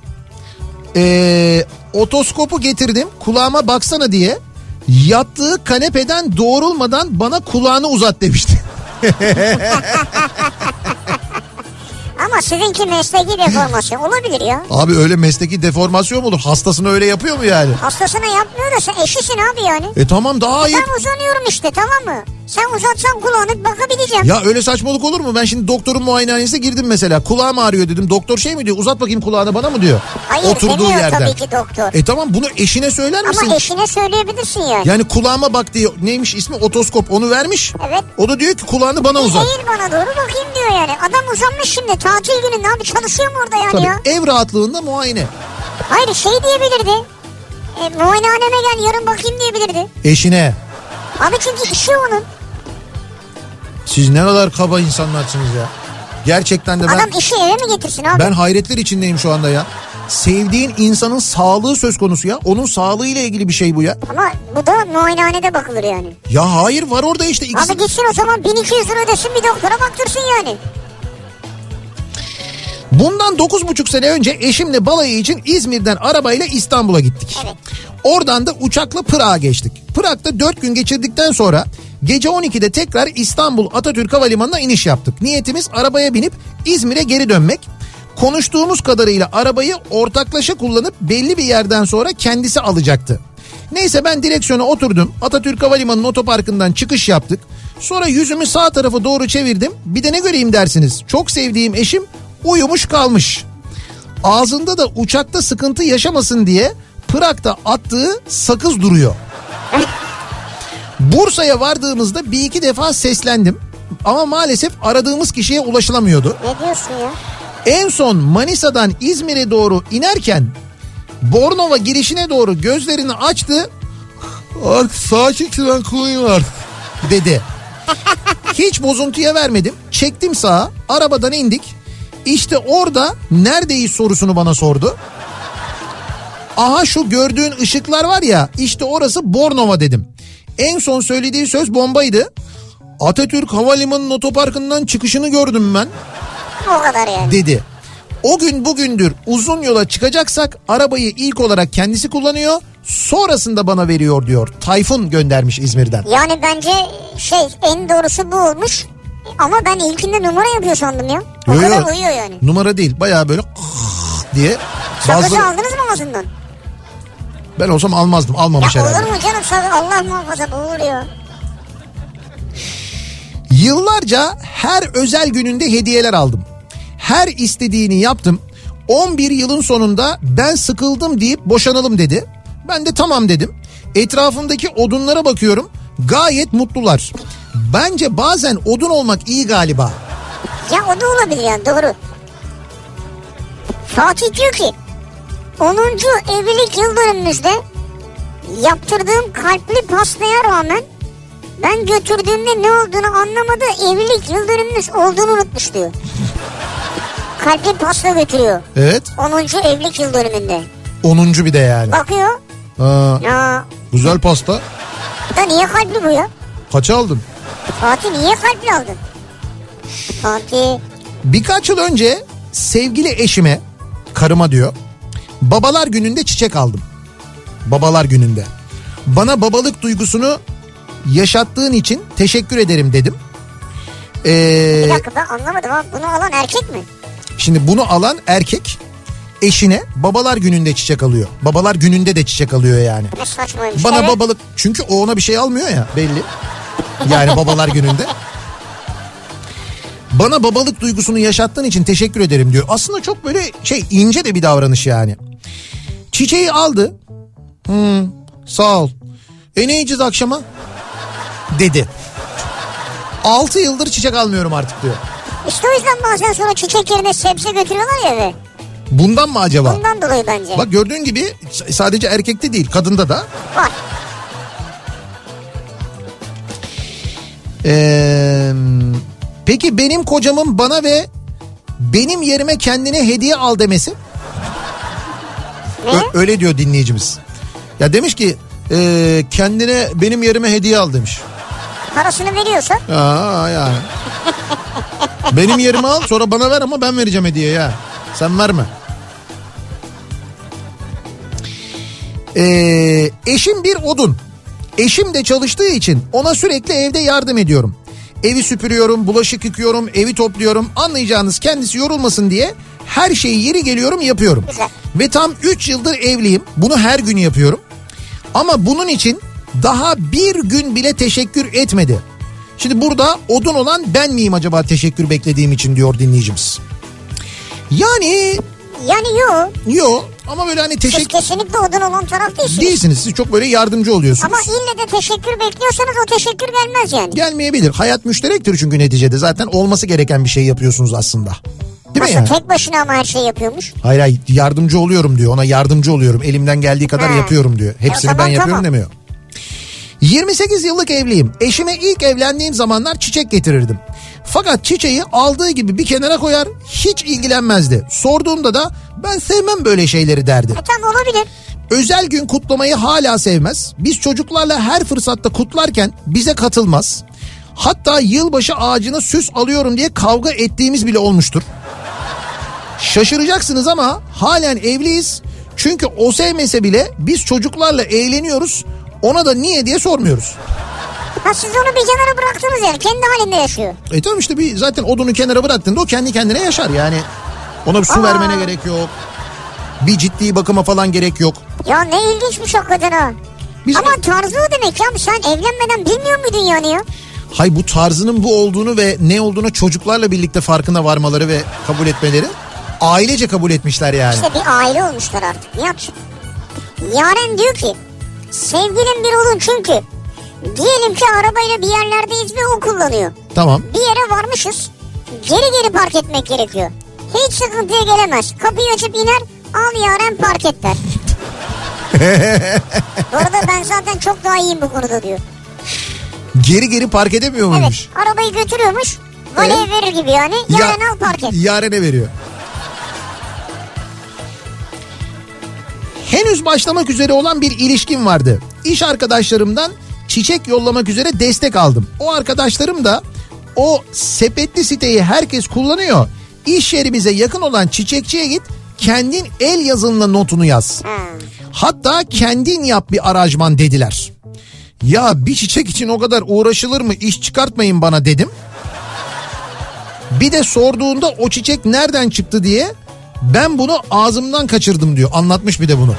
S1: Ee, otoskopu getirdim kulağıma baksana diye. Yattığı kanepeden doğrulmadan bana kulağını uzat demişti.
S2: Ama sizinki mesleki deformasyon olabilir ya.
S1: Abi öyle mesleki deformasyon mu olur? Hastasını öyle yapıyor mu yani?
S2: Hastasına yapmıyor da sen eşisin abi yani.
S1: E tamam daha ayıp.
S2: Ben uzanıyorum işte tamam mı? Sen uzatsan kulağını bakabileceğim.
S1: Ya öyle saçmalık olur mu? Ben şimdi doktorun muayenehanesine girdim mesela. Kulağım ağrıyor dedim. Doktor şey mi diyor? Uzat bakayım kulağını bana mı diyor?
S2: Hayır demiyor tabii ki doktor.
S1: E tamam bunu eşine söyler misin?
S2: Ama eşine söyleyebilirsin yani.
S1: Yani kulağıma bak diye neymiş ismi otoskop onu vermiş.
S2: Evet.
S1: O da diyor ki kulağını bana
S2: Bir
S1: uzat.
S2: Eğil bana doğru bakayım diyor yani. Adam uzanmış şimdi tatil gününde abi çalışıyor mu orada yani
S1: Tabii
S2: ya?
S1: ev rahatlığında muayene.
S2: Hayır şey diyebilirdi. E, muayenehaneme gel yarın bakayım diyebilirdi.
S1: Eşine
S2: Abi çünkü işi onun.
S1: siz ne kadar kaba insanlarsınız ya. Gerçekten de ben...
S2: Adam işi eve mi getirsin abi?
S1: Ben hayretler içindeyim şu anda ya. Sevdiğin insanın sağlığı söz konusu ya. Onun sağlığıyla ilgili bir şey bu ya.
S2: Ama bu da muayenehanede bakılır yani.
S1: Ya hayır var orada işte ikisi.
S2: Abi gitsin o zaman 1200 lira ödesin bir doktora baktırsın yani.
S1: Bundan 9,5 sene önce eşimle balayı için İzmir'den arabayla İstanbul'a gittik.
S2: Evet.
S1: Oradan da uçakla Pırak'a geçtik. Pırak'ta 4 gün geçirdikten sonra gece 12'de tekrar İstanbul Atatürk Havalimanı'na iniş yaptık. Niyetimiz arabaya binip İzmir'e geri dönmek. Konuştuğumuz kadarıyla arabayı ortaklaşa kullanıp belli bir yerden sonra kendisi alacaktı. Neyse ben direksiyona oturdum. Atatürk Havalimanı'nın otoparkından çıkış yaptık. Sonra yüzümü sağ tarafa doğru çevirdim. Bir de ne göreyim dersiniz. Çok sevdiğim eşim uyumuş kalmış. Ağzında da uçakta sıkıntı yaşamasın diye Pırak'ta attığı sakız duruyor. Bursa'ya vardığımızda bir iki defa seslendim. Ama maalesef aradığımız kişiye ulaşılamıyordu.
S2: Ne diyorsun ya?
S1: En son Manisa'dan İzmir'e doğru inerken Bornova girişine doğru gözlerini açtı. Artık sakin tren kullanayım artık dedi. Hiç bozuntuya vermedim. Çektim sağa arabadan indik. İşte orada neredeyiz sorusunu bana sordu. Aha şu gördüğün ışıklar var ya işte orası Bornova dedim. En son söylediği söz bombaydı. Atatürk Havalimanı'nın otoparkından çıkışını gördüm ben
S2: O kadar yani.
S1: dedi. O gün bugündür uzun yola çıkacaksak arabayı ilk olarak kendisi kullanıyor sonrasında bana veriyor diyor. Tayfun göndermiş İzmir'den.
S2: Yani bence şey en doğrusu bu olmuş. Ama ben ilkinde numara yapıyor sandım ya. O
S1: Yo, yo.
S2: kadar uyuyor yani.
S1: Numara değil bayağı böyle diye.
S2: Sakızı
S1: Bazı,
S2: aldınız mı ağzından?
S1: ben olsam almazdım almamış
S2: Ya
S1: herhalde.
S2: olur mu canım sakız Allah muhafaza boğulur ya.
S1: Yıllarca her özel gününde hediyeler aldım. Her istediğini yaptım. 11 yılın sonunda ben sıkıldım deyip boşanalım dedi. Ben de tamam dedim. Etrafımdaki odunlara bakıyorum. Gayet mutlular. Bence bazen odun olmak iyi galiba.
S2: Ya o da olabilir yani doğru. Fatih diyor ki 10. evlilik yıl dönümümüzde yaptırdığım kalpli pastaya rağmen ben götürdüğümde ne olduğunu anlamadı evlilik yıl dönümümüz olduğunu unutmuş diyor. kalpli pasta götürüyor
S1: Evet.
S2: 10. evlilik yıl dönümünde.
S1: 10. bir de yani.
S2: Bakıyor
S1: Aa,
S2: ya
S1: güzel pasta.
S2: bu da niye kalpli bu ya?
S1: Kaça aldın?
S2: Fatih niye kalpli aldın? Fatih
S1: Birkaç yıl önce sevgili eşime, karıma diyor, babalar gününde çiçek aldım. Babalar gününde. Bana babalık duygusunu yaşattığın için teşekkür ederim dedim.
S2: bir
S1: Ee,
S2: dakika ben anlamadım abi bunu alan erkek mi?
S1: şimdi bunu alan erkek eşine babalar gününde çiçek alıyor. Babalar gününde de çiçek alıyor yani.
S2: Ne saçmaymış.
S1: Bana
S2: Evet.
S1: babalık çünkü o ona bir şey almıyor ya belli. Yani babalar gününde. Bana babalık duygusunu yaşattığın için teşekkür ederim diyor. Aslında çok böyle şey ince de bir davranış yani. Çiçeği aldı. Hmm, sağ ol. E ne yiyeceğiz akşama? Dedi. 6 yıldır çiçek almıyorum artık diyor.
S2: İşte o yüzden bazen sonra çiçek yerine sebze götürüyorlar ya eve.
S1: Bundan mı acaba?
S2: Bundan dolayı bence.
S1: Bak gördüğün gibi s- sadece erkekte değil kadında da.
S2: Var.
S1: Ee, peki benim kocamın bana ve benim yerime kendine hediye al demesi?
S2: Ne?
S1: Ö- öyle diyor dinleyicimiz. Ya demiş ki e, kendine benim yerime hediye al demiş.
S2: Parasını veriyorsa
S1: Aa yani. benim yerime al sonra bana ver ama ben vereceğim hediye ya. Sen verme. Ee, eşim bir odun. Eşim de çalıştığı için ona sürekli evde yardım ediyorum. Evi süpürüyorum, bulaşık yıkıyorum, evi topluyorum. Anlayacağınız kendisi yorulmasın diye her şeyi yeri geliyorum yapıyorum.
S2: Güzel.
S1: Ve tam 3 yıldır evliyim. Bunu her gün yapıyorum. Ama bunun için daha bir gün bile teşekkür etmedi. Şimdi burada odun olan ben miyim acaba teşekkür beklediğim için diyor dinleyicimiz. Yani
S2: yani yok.
S1: yo ama böyle hani
S2: Siz
S1: teşekkür
S2: kesinlikle odun olan taraf değilsiniz.
S1: değilsiniz. Siz çok böyle yardımcı oluyorsunuz.
S2: Ama ille de teşekkür bekliyorsanız o teşekkür gelmez yani.
S1: Gelmeyebilir. Hayat müşterektir çünkü neticede. Zaten olması gereken bir şey yapıyorsunuz aslında. Değil mi yani?
S2: Nasıl tek başına ama her şey yapıyormuş.
S1: Hayır hayır yardımcı oluyorum diyor. Ona yardımcı oluyorum. Elimden geldiği kadar
S2: Ha.
S1: yapıyorum diyor. Hepsini
S2: Ya tamam,
S1: ben yapıyorum
S2: tamam.
S1: demiyor. 28 yıllık evliyim. Eşime ilk evlendiğim zamanlar çiçek getirirdim. Fakat çiçeği aldığı gibi bir kenara koyar hiç ilgilenmezdi. Sorduğumda da ben sevmem böyle şeyleri derdi.
S2: E tamam olabilir.
S1: Özel gün kutlamayı hala sevmez. Biz çocuklarla her fırsatta kutlarken bize katılmaz. Hatta yılbaşı ağacına süs alıyorum diye kavga ettiğimiz bile olmuştur. Şaşıracaksınız ama halen evliyiz. Çünkü o sevmese bile biz çocuklarla eğleniyoruz. Ona da niye diye sormuyoruz.
S2: Ha siz onu bir kenara bıraktınız yani kendi halinde yaşıyor.
S1: E tamam işte bir zaten odunu kenara bıraktığında o kendi kendine yaşar yani. Ona bir su
S2: Aa.
S1: vermene gerek yok. Bir ciddi bakıma falan gerek yok.
S2: Ya ne ilginçmiş hakikaten ha.
S1: Biz-
S2: Ama tarzı o demek ya sen evlenmeden bilmiyor muydun yani ya?
S1: Hay bu tarzının bu olduğunu ve ne olduğunu çocuklarla birlikte farkına varmaları ve kabul etmeleri Ailece kabul etmişler yani.
S2: İşte bir aile olmuşlar artık. Nihat. Yaren diyor ki sevgilim bir olun çünkü diyelim ki arabayla bir yerlerdeyiz ve o kullanıyor.
S1: Tamam.
S2: Bir yere varmışız. Geri geri park etmek gerekiyor. Hiç sıkıntıya gelemez. Kapıyı açıp iner. Al Yaren park et der. bu arada ben zaten çok daha iyiyim bu konuda diyor.
S1: Geri geri park edemiyor muymuş?
S2: Evet arabayı götürüyormuş. Valeye
S1: Evet.
S2: verir gibi yani. Yaren al park et.
S1: Yarene veriyor. Henüz başlamak üzere olan bir ilişkim vardı. İş arkadaşlarımdan çiçek yollamak üzere destek aldım. O arkadaşlarım da o sepetli siteyi herkes kullanıyor. İş yerimize yakın olan çiçekçiye git kendin el yazınla notunu yaz.
S2: Ha.
S1: Hatta kendin yap bir aranjman dediler. Ya bir çiçek için o kadar uğraşılır mı iş çıkartmayın bana dedim. Bir de sorduğunda o çiçek nereden çıktı diye ben bunu ağzımdan kaçırdım diyor. Anlatmış bir de bunu.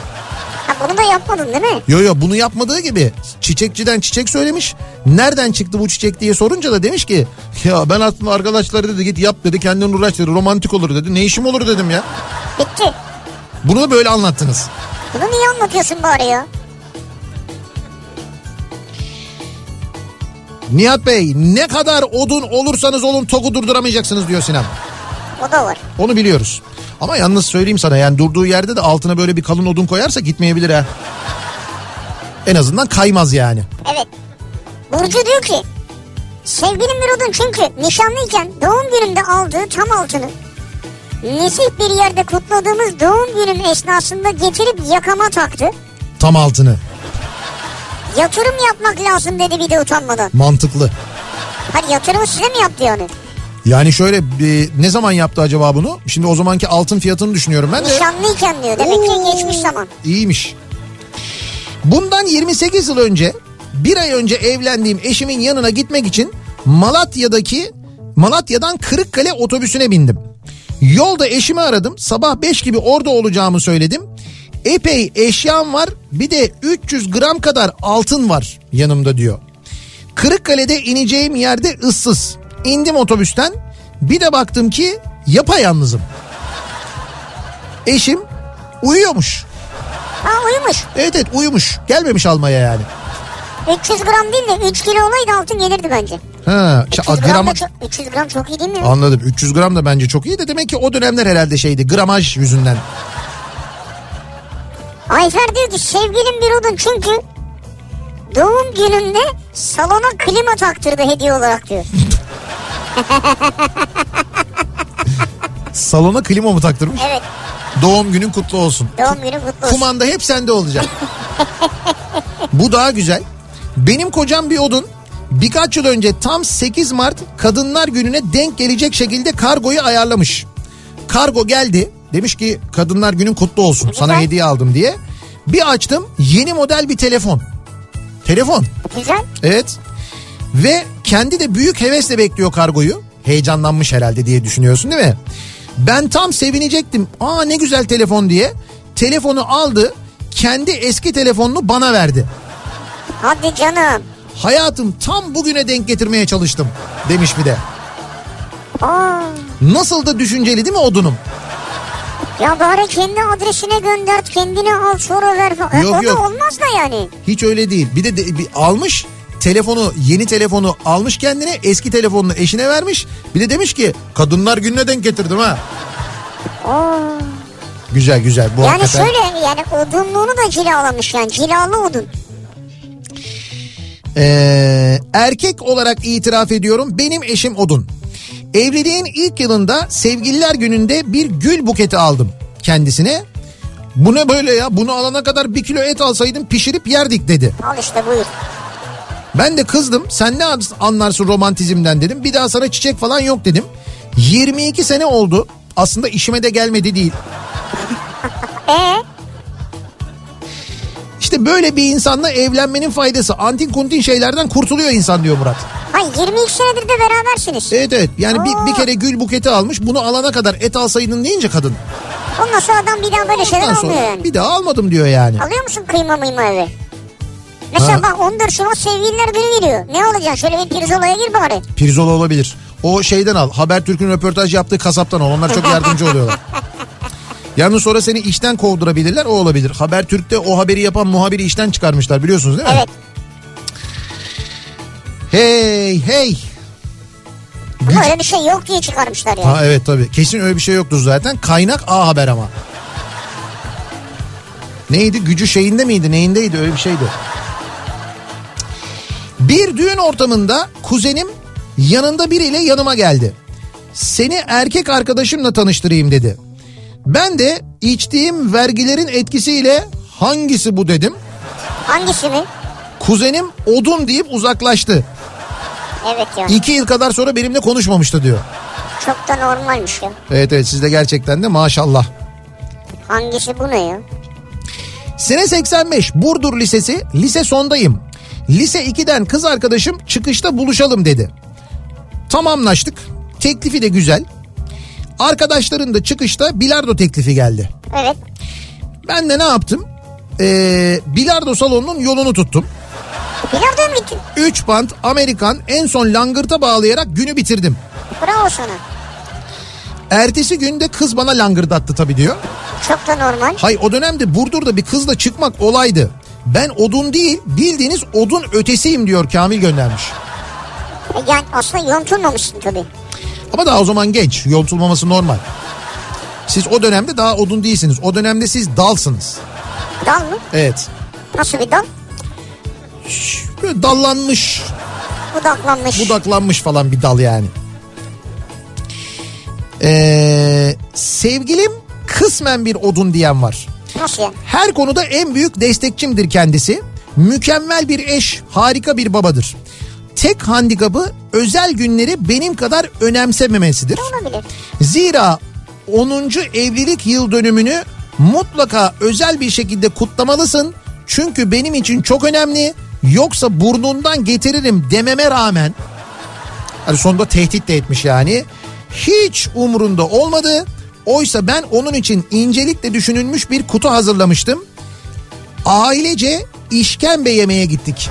S2: ha bunu da yapmadın değil mi?
S1: Yo yo bunu yapmadığı gibi çiçekçiden çiçek söylemiş. Nereden çıktı bu çiçek diye sorunca da demiş ki ya ben aslında arkadaşları dedi git yap dedi kendin uğraş dedi romantik olur dedi. Ne işim olur dedim ya.
S2: Bitti.
S1: Bunu da böyle anlattınız.
S2: Bunu niye anlatıyorsun bari ya?
S1: Nihat Bey ne kadar odun olursanız olun toku durduramayacaksınız diyor Sinem.
S2: O da var.
S1: Onu biliyoruz. Ama yalnız söyleyeyim sana yani durduğu yerde de altına böyle bir kalın odun koyarsa gitmeyebilir ha. En azından kaymaz yani.
S2: Evet. Burcu diyor ki sevgilim bir odun çünkü nişanlıyken doğum günümde aldığı tam altını nesih bir yerde kutladığımız doğum günüm esnasında getirip yakama taktı.
S1: Tam altını.
S2: Yatırım yapmak lazım dedi bir de utanmadan.
S1: Mantıklı.
S2: Hani yatırımı size mi yaptı yani?
S1: Yani şöyle e, ne zaman yaptı acaba bunu? Şimdi o zamanki altın fiyatını düşünüyorum ben de.
S2: Nişanlıyken diyor demek ki
S1: Oo.
S2: geçmiş zaman.
S1: İyiymiş. Bundan 28 yıl önce bir ay önce evlendiğim eşimin yanına gitmek için Malatya'daki Malatya'dan Kırıkkale otobüsüne bindim. Yolda eşimi aradım. Sabah 5 gibi orada olacağımı söyledim. Epey eşyam var. Bir de 300 gram kadar altın var yanımda diyor. Kırıkkale'de ineceğim yerde ıssız. İndim otobüsten. Bir de baktım ki yapayalnızım. Eşim uyuyormuş.
S2: Ha uyumuş.
S1: Evet evet uyumuş. Gelmemiş almaya yani.
S2: 300 gram değil de 3 kilo olaydı altın gelirdi bence.
S1: Ha, ç-
S2: 300
S1: gram,
S2: gram, da çok, 300 gram çok iyi değil mi?
S1: anladım. 300 gram da bence çok iyi de demek ki o dönemler herhalde şeydi. Gramaj yüzünden.
S2: Ayfer diyor ki sevgilim bir odun çünkü doğum günümde salona klima taktırdı hediye olarak diyor.
S1: Salona klima mı taktırmış?
S2: Evet
S1: Doğum günün kutlu olsun.
S2: doğum günü kutlu olsun.
S1: Kumanda hep sende olacak. Bu daha güzel. Benim kocam bir odun. Birkaç yıl önce tam 8 Mart Kadınlar Günü'ne denk gelecek şekilde kargoyu ayarlamış. Kargo geldi. Demiş ki Kadınlar Günün kutlu olsun. Sana
S2: Güzel.
S1: hediye aldım diye. Bir açtım yeni model bir telefon. Telefon.
S2: Güzel.
S1: Evet. Ve kendi de büyük hevesle bekliyor kargoyu. Heyecanlanmış herhalde diye düşünüyorsun değil mi? Ben tam sevinecektim. Aa ne güzel telefon diye. Telefonu aldı. Kendi eski telefonunu bana verdi.
S2: Hadi canım.
S1: Hayatım tam bugüne denk getirmeye çalıştım demiş bir de.
S2: Aa,
S1: Nasıl da düşünceli değil mi odunum?
S2: ya bari kendi adresine gönder kendini al sonra ver. falan. E,
S1: Yok,
S2: o
S1: yok.
S2: da olmaz da yani.
S1: Hiç öyle değil. Bir de, de- bir almış telefonu yeni telefonu almış kendine eski telefonunu eşine vermiş. Bir de demiş ki kadınlar gününe denk getirdim ha.
S2: Aa,
S1: Güzel güzel bu
S2: yani
S1: hakikaten.
S2: şöyle yani odunluğunu da cilalamış yani cilalı odun.
S1: Ee, erkek olarak itiraf ediyorum benim eşim Odun. Evliliğin ilk yılında sevgililer gününde bir gül buketi aldım kendisine. Bu ne böyle ya bunu alana kadar bir kilo et alsaydım pişirip yerdik dedi.
S2: Al işte buyur.
S1: Ben de kızdım sen ne anlarsın romantizmden dedim. Bir daha sana çiçek falan yok dedim. 22 sene oldu aslında işime de gelmedi değil.
S2: Ee,
S1: İşte böyle bir insanla evlenmenin faydası antin kuntin şeylerden kurtuluyor insan diyor Murat.
S2: hayır 22 senedir de berabersiniz.
S1: Evet evet yani
S2: Aa.
S1: bir, bir kere gül buketi almış bunu alana kadar et alsaydın deyince kadın.
S2: Ondan sonra adam bir daha böyle şeyler
S1: Ondan
S2: almıyor
S1: sonra
S2: yani.
S1: bir daha almadım diyor yani.
S2: Alıyor musun kıyma mıyma eve? Mesela
S1: Ha.
S2: bak 14 Şubat sevgililer günü geliyor. Ne olacak? Şöyle bir pirzolaya gir bari.
S1: Pirzola olabilir. O şeyden al Habertürk'ün röportaj yaptığı kasaptan al onlar çok yardımcı oluyorlar. Yalnız sonra seni işten kovdurabilirler o olabilir. Habertürk'te o haberi yapan muhabiri işten çıkarmışlar biliyorsunuz değil mi?
S2: Evet.
S1: Hey hey.
S2: Ama öyle bir şey yok diye çıkarmışlar yani.
S1: Ha evet tabii. Kesin öyle bir şey yoktur zaten. Kaynak A Haber ama. Neydi? Gücü şeyinde miydi? Neyindeydi? Öyle bir şeydi. Bir düğün ortamında kuzenim yanında biriyle yanıma geldi. Seni erkek arkadaşımla tanıştırayım dedi. Ben de içtiğim vergilerin etkisiyle hangisi bu dedim.
S2: Hangisi mi?
S1: Kuzenim odun deyip uzaklaştı.
S2: Evet ya.
S1: İki yıl kadar sonra benimle konuşmamıştı diyor.
S2: Çok da normalmiş ya.
S1: Evet evet sizde gerçekten de maşallah.
S2: Hangisi bu ne ya?
S1: Sene 85 Burdur Lisesi lise sondayım. Lise 2'den kız arkadaşım çıkışta buluşalım dedi. Tamamlaştık. Teklifi de güzel. Arkadaşların da çıkışta bilardo teklifi geldi.
S2: Evet.
S1: Ben de ne yaptım? Ee, bilardo salonunun yolunu tuttum.
S2: Bilardoya mı gittin?
S1: 3 bant Amerikan en son langırta bağlayarak günü bitirdim.
S2: Bravo sana.
S1: Ertesi günde kız bana langırdattı tabii diyor.
S2: Çok da normal.
S1: Hay o dönemde Burdur'da bir kızla çıkmak olaydı. Ben odun değil bildiğiniz odun ötesiyim diyor Kamil göndermiş.
S2: E, Yani aslında yontulmamışsın tabii.
S1: Ama daha o zaman genç yontulmaması normal. Siz o dönemde daha odun değilsiniz. O dönemde siz dalsınız.
S2: Dal mı?
S1: Evet.
S2: Nasıl bir dal?
S1: Böyle dallanmış,
S2: Budaklanmış.
S1: budaklanmış falan bir dal yani. Ee, sevgilim kısmen bir odun diyen var.
S2: Nasıl yani?
S1: Her konuda en büyük destekçimdir kendisi. Mükemmel bir eş, harika bir babadır. Tek handikapı özel günleri benim kadar önemsememesidir.
S2: Olabilir.
S1: Zira 10. evlilik yıl dönümünü mutlaka özel bir şekilde kutlamalısın. Çünkü benim için çok önemli. Yoksa burnundan getiririm dememe rağmen hani sonunda tehdit de etmiş yani. Hiç umrunda olmadı. Oysa ben onun için incelikle düşünülmüş bir kutu hazırlamıştım. Ailece işkembe yemeye gittik.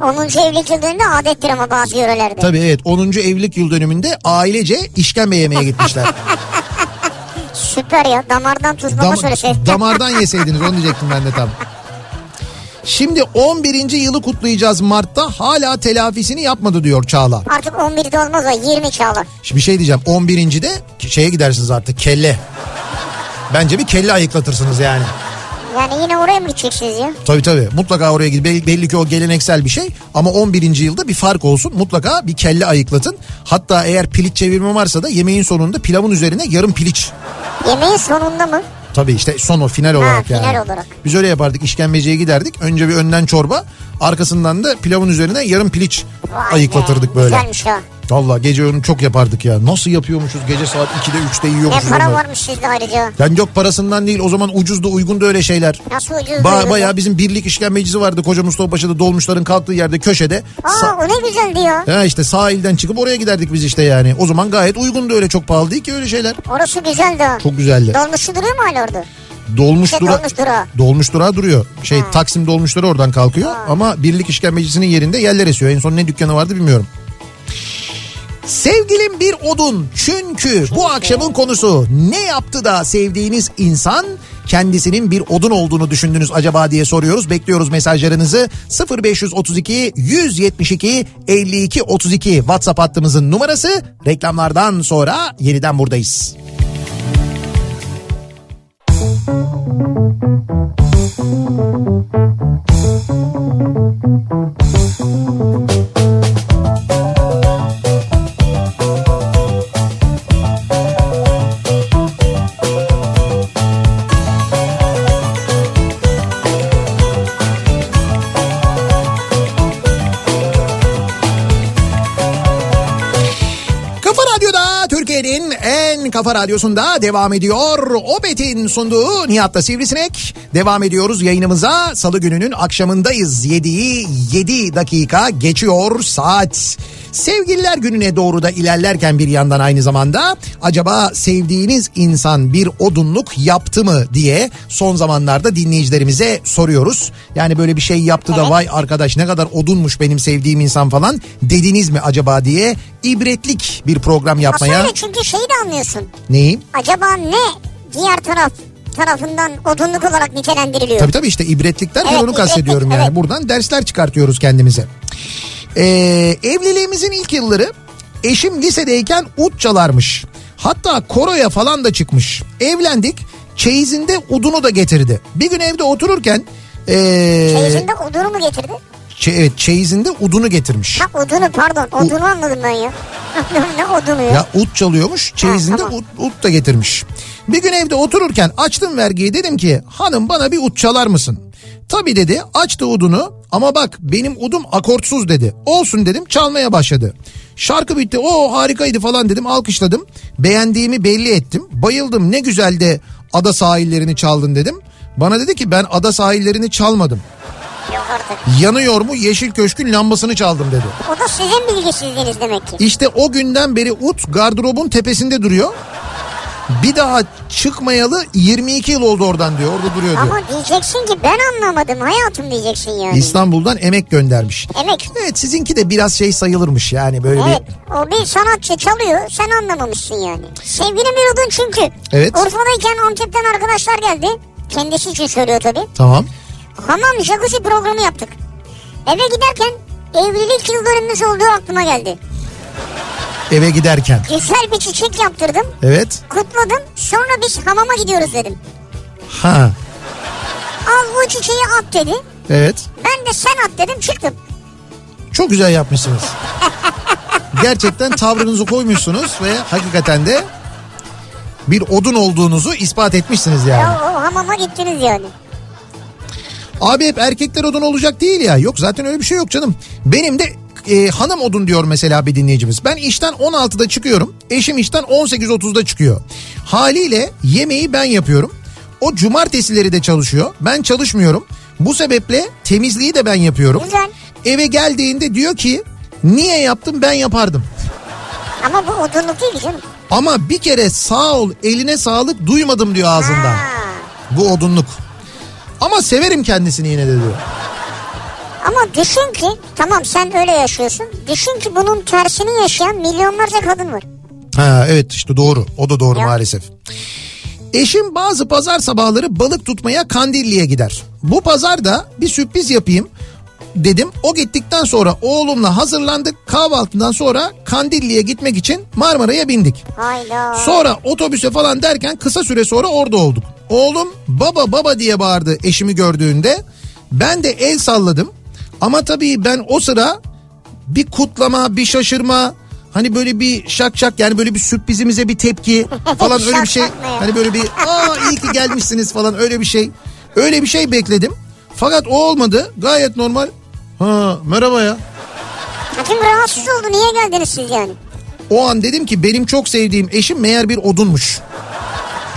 S2: 10. evlilik yıllarında adettir ama bazı yörelerde.
S1: Tabii evet 10. evlilik yıl dönümünde ailece işkembe yemeye gitmişler.
S2: Süper ya. Damardan tuzlama
S1: Dam-
S2: söylese.
S1: damardan yeseydiniz onu diyecektim ben de tam. Şimdi 11. yılı kutlayacağız Mart'ta hala telafisini yapmadı diyor Çağla.
S2: Artık 11'de olmaz o 20 çağlar.
S1: Şimdi bir şey diyeceğim 11. de şeye gidersiniz artık kelle. Bence bir kelle ayıklatırsınız yani.
S2: Yani yine oraya mı gideceksiniz ya?
S1: Tabii tabii mutlaka oraya gidin. Bel- Belli ki o geleneksel bir şey ama 11. yılda bir fark olsun. Mutlaka bir kelle ayıklatın. Hatta eğer piliç çevirme varsa da yemeğin sonunda pilavın üzerine yarım piliç.
S2: Yemeğin sonunda mı?
S1: Tabii işte son o final olarak yani.
S2: final olarak.
S1: Biz öyle yapardık işkembeciye giderdik. Önce bir önden çorba arkasından da pilavın üzerine yarım piliç
S2: Vay
S1: ayıklatırdık
S2: be,
S1: böyle.
S2: Güzelmiş ha.
S1: Valla gece onu çok yapardık ya. Nasıl yapıyormuşuz gece saat 2'de 3'te
S2: Ne
S1: yiyormuşuz
S2: para
S1: onları.
S2: varmış sizde ayrıca.
S1: Yani yok parasından değil o zaman ucuz da uygun da öyle şeyler.
S2: Nasıl ucuz
S1: Ba-
S2: duyuyor?
S1: bayağı bizim birlik işkembecisi vardı koca Mustafa'da dolmuşların kalktığı yerde köşede.
S2: Aa
S1: Sa-
S2: o ne güzeldi ya.
S1: ha işte sahilden çıkıp oraya giderdik biz işte yani. O zaman gayet uygundu öyle çok pahalı değil ki öyle şeyler.
S2: Orası güzeldi ha.
S1: Çok güzeldi.
S2: Dolmuşu duruyor mu hala orada?
S1: Dolmuş
S2: Şey,
S1: dura-
S2: dolmuş durağı.
S1: Dolmuş durağı duruyor. Şey Taksim dolmuşları oradan kalkıyor ama birlik işkembecisinin yerinde yerler esiyor. En son ne dükkanı vardı bilmiyorum. Sevgilim bir odun çünkü bu akşamın konusu ne yaptı da sevdiğiniz insan kendisinin bir odun olduğunu düşündünüz acaba diye soruyoruz. Bekliyoruz mesajlarınızı 0532 172 52 32 WhatsApp hattımızın numarası reklamlardan sonra yeniden buradayız. Kafa Radyo'da Türkiye'nin en kafa radyosunda devam ediyor. Opet'in sunduğu Nihat'ta Sivrisinek. Devam ediyoruz yayınımıza. Salı gününün akşamındayız. 7'yi 7 dakika geçiyor saat. Sevgililer gününe doğru da ilerlerken bir yandan aynı zamanda acaba sevdiğiniz insan bir odunluk yaptı mı diye son zamanlarda dinleyicilerimize soruyoruz. Yani böyle bir şey yaptı da
S2: Evet.
S1: vay arkadaş ne kadar odunmuş benim sevdiğim insan falan dediniz mi acaba diye ibretlik bir program
S2: Aslında
S1: yapmaya
S2: öyle çünkü şeyi de anlıyorsun.
S1: neyi?
S2: Acaba ne diğer taraf tarafından odunluk olarak nitelendiriliyor?
S1: Tabii tabii işte ibretlik derken
S2: Evet,
S1: onu kastediyorum
S2: ibretlik,
S1: yani.
S2: evet.
S1: Buradan dersler çıkartıyoruz kendimize. Ee, evliliğimizin ilk yılları eşim lisedeyken ut çalarmış. Hatta koroya falan da çıkmış. Evlendik çeyizinde udunu da getirdi. Bir gün evde otururken ee,
S2: Çeyizinde odunu mu getirdi?
S1: çe- evet, çeyizinde udunu getirmiş.
S2: Ha odunu pardon odunu anladım ben ya. ne odunu ya?
S1: Ya ut çalıyormuş çeyizinde
S2: tamam.
S1: ut, ut da getirmiş. Bir gün evde otururken açtım vergiyi dedim ki hanım bana bir ut çalar mısın? Tabii dedi açtı udunu ama bak benim udum akortsuz dedi. Olsun dedim çalmaya başladı. Şarkı bitti o harikaydı falan dedim alkışladım. Beğendiğimi belli ettim. Bayıldım ne güzel de ada sahillerini çaldın dedim. Bana dedi ki ben ada sahillerini çalmadım.
S2: Yok artık.
S1: Yanıyor mu Yeşil Köşk'ün lambasını çaldım dedi.
S2: O da sizin bilgisizliğiniz demek ki.
S1: İşte o günden beri ut gardırobun tepesinde duruyor. Bir daha çıkmayalı 22 yıl oldu oradan diyor. Orada duruyor diyor.
S2: Ama diyeceksin ki ben anlamadım hayatım diyeceksin yani.
S1: İstanbul'dan emek göndermiş.
S2: Emek.
S1: Evet sizinki de biraz şey sayılırmış yani böyle
S2: Evet
S1: bir...
S2: o bir sanatçı çalıyor sen anlamamışsın yani. Sevgili bir odun çünkü.
S1: Evet.
S2: Urfa'dayken Antep'ten arkadaşlar geldi. Kendisi için söylüyor tabii.
S1: Tamam.
S2: Hamam jacuzzi programı yaptık. Eve giderken evlilik yıl dönümümüz olduğu aklıma geldi.
S1: Eve giderken.
S2: Güzel bir çiçek yaptırdım.
S1: Evet.
S2: Kutladım. Sonra biz hamama gidiyoruz dedim.
S1: Ha.
S2: Al bu çiçeği at dedi.
S1: Evet.
S2: Ben de sen at dedim çıktım.
S1: Çok güzel yapmışsınız. Gerçekten tavrınızı koymuşsunuz ve hakikaten de bir odun olduğunuzu ispat etmişsiniz yani.
S2: Ya o hamama gittiniz yani.
S1: Abi hep erkekler odun olacak değil ya. Yok zaten öyle bir şey yok canım. Benim de e, hanım odun diyor mesela bir dinleyicimiz. Ben işten 16'da çıkıyorum. Eşim işten 18.30'da çıkıyor. Haliyle yemeği ben yapıyorum. O cumartesileri de çalışıyor. Ben çalışmıyorum. Bu sebeple temizliği de ben yapıyorum.
S2: Güzel.
S1: Eve geldiğinde diyor ki niye yaptım ben yapardım.
S2: Ama bu odunluk değil ki canım.
S1: Ama bir kere sağ ol eline sağlık duymadım diyor ağzından.
S2: Ha.
S1: Bu odunluk. Ama severim kendisini yine de diyor.
S2: Ama düşün ki tamam sen öyle yaşıyorsun. Düşün ki bunun tersini yaşayan milyonlarca kadın var.
S1: Ha evet işte doğru. O da doğru
S2: Ya.
S1: maalesef. Eşim bazı pazar sabahları balık tutmaya Kandilli'ye gider. Bu pazar da bir sürpriz yapayım dedim. O gittikten sonra oğlumla hazırlandık. Kahvaltından sonra Kandilli'ye gitmek için Marmara'ya bindik.
S2: Hayda.
S1: Sonra otobüse falan derken kısa süre sonra orada olduk. Oğlum baba baba diye bağırdı eşimi gördüğünde. Ben de el salladım. Ama tabii ben o sıra bir kutlama, bir şaşırma, hani böyle bir şak şak yani böyle bir sürprizimize bir tepki falan öyle bir şey.
S2: Şak şak ne?
S1: Hani böyle bir aa iyi ki gelmişsiniz falan öyle bir şey. Öyle bir şey bekledim. Fakat o olmadı. Gayet normal. Ha merhaba ya.
S2: Hakim rahatsız oldu niye geldiniz siz yani?
S1: O an dedim ki benim çok sevdiğim eşim meğer bir odunmuş.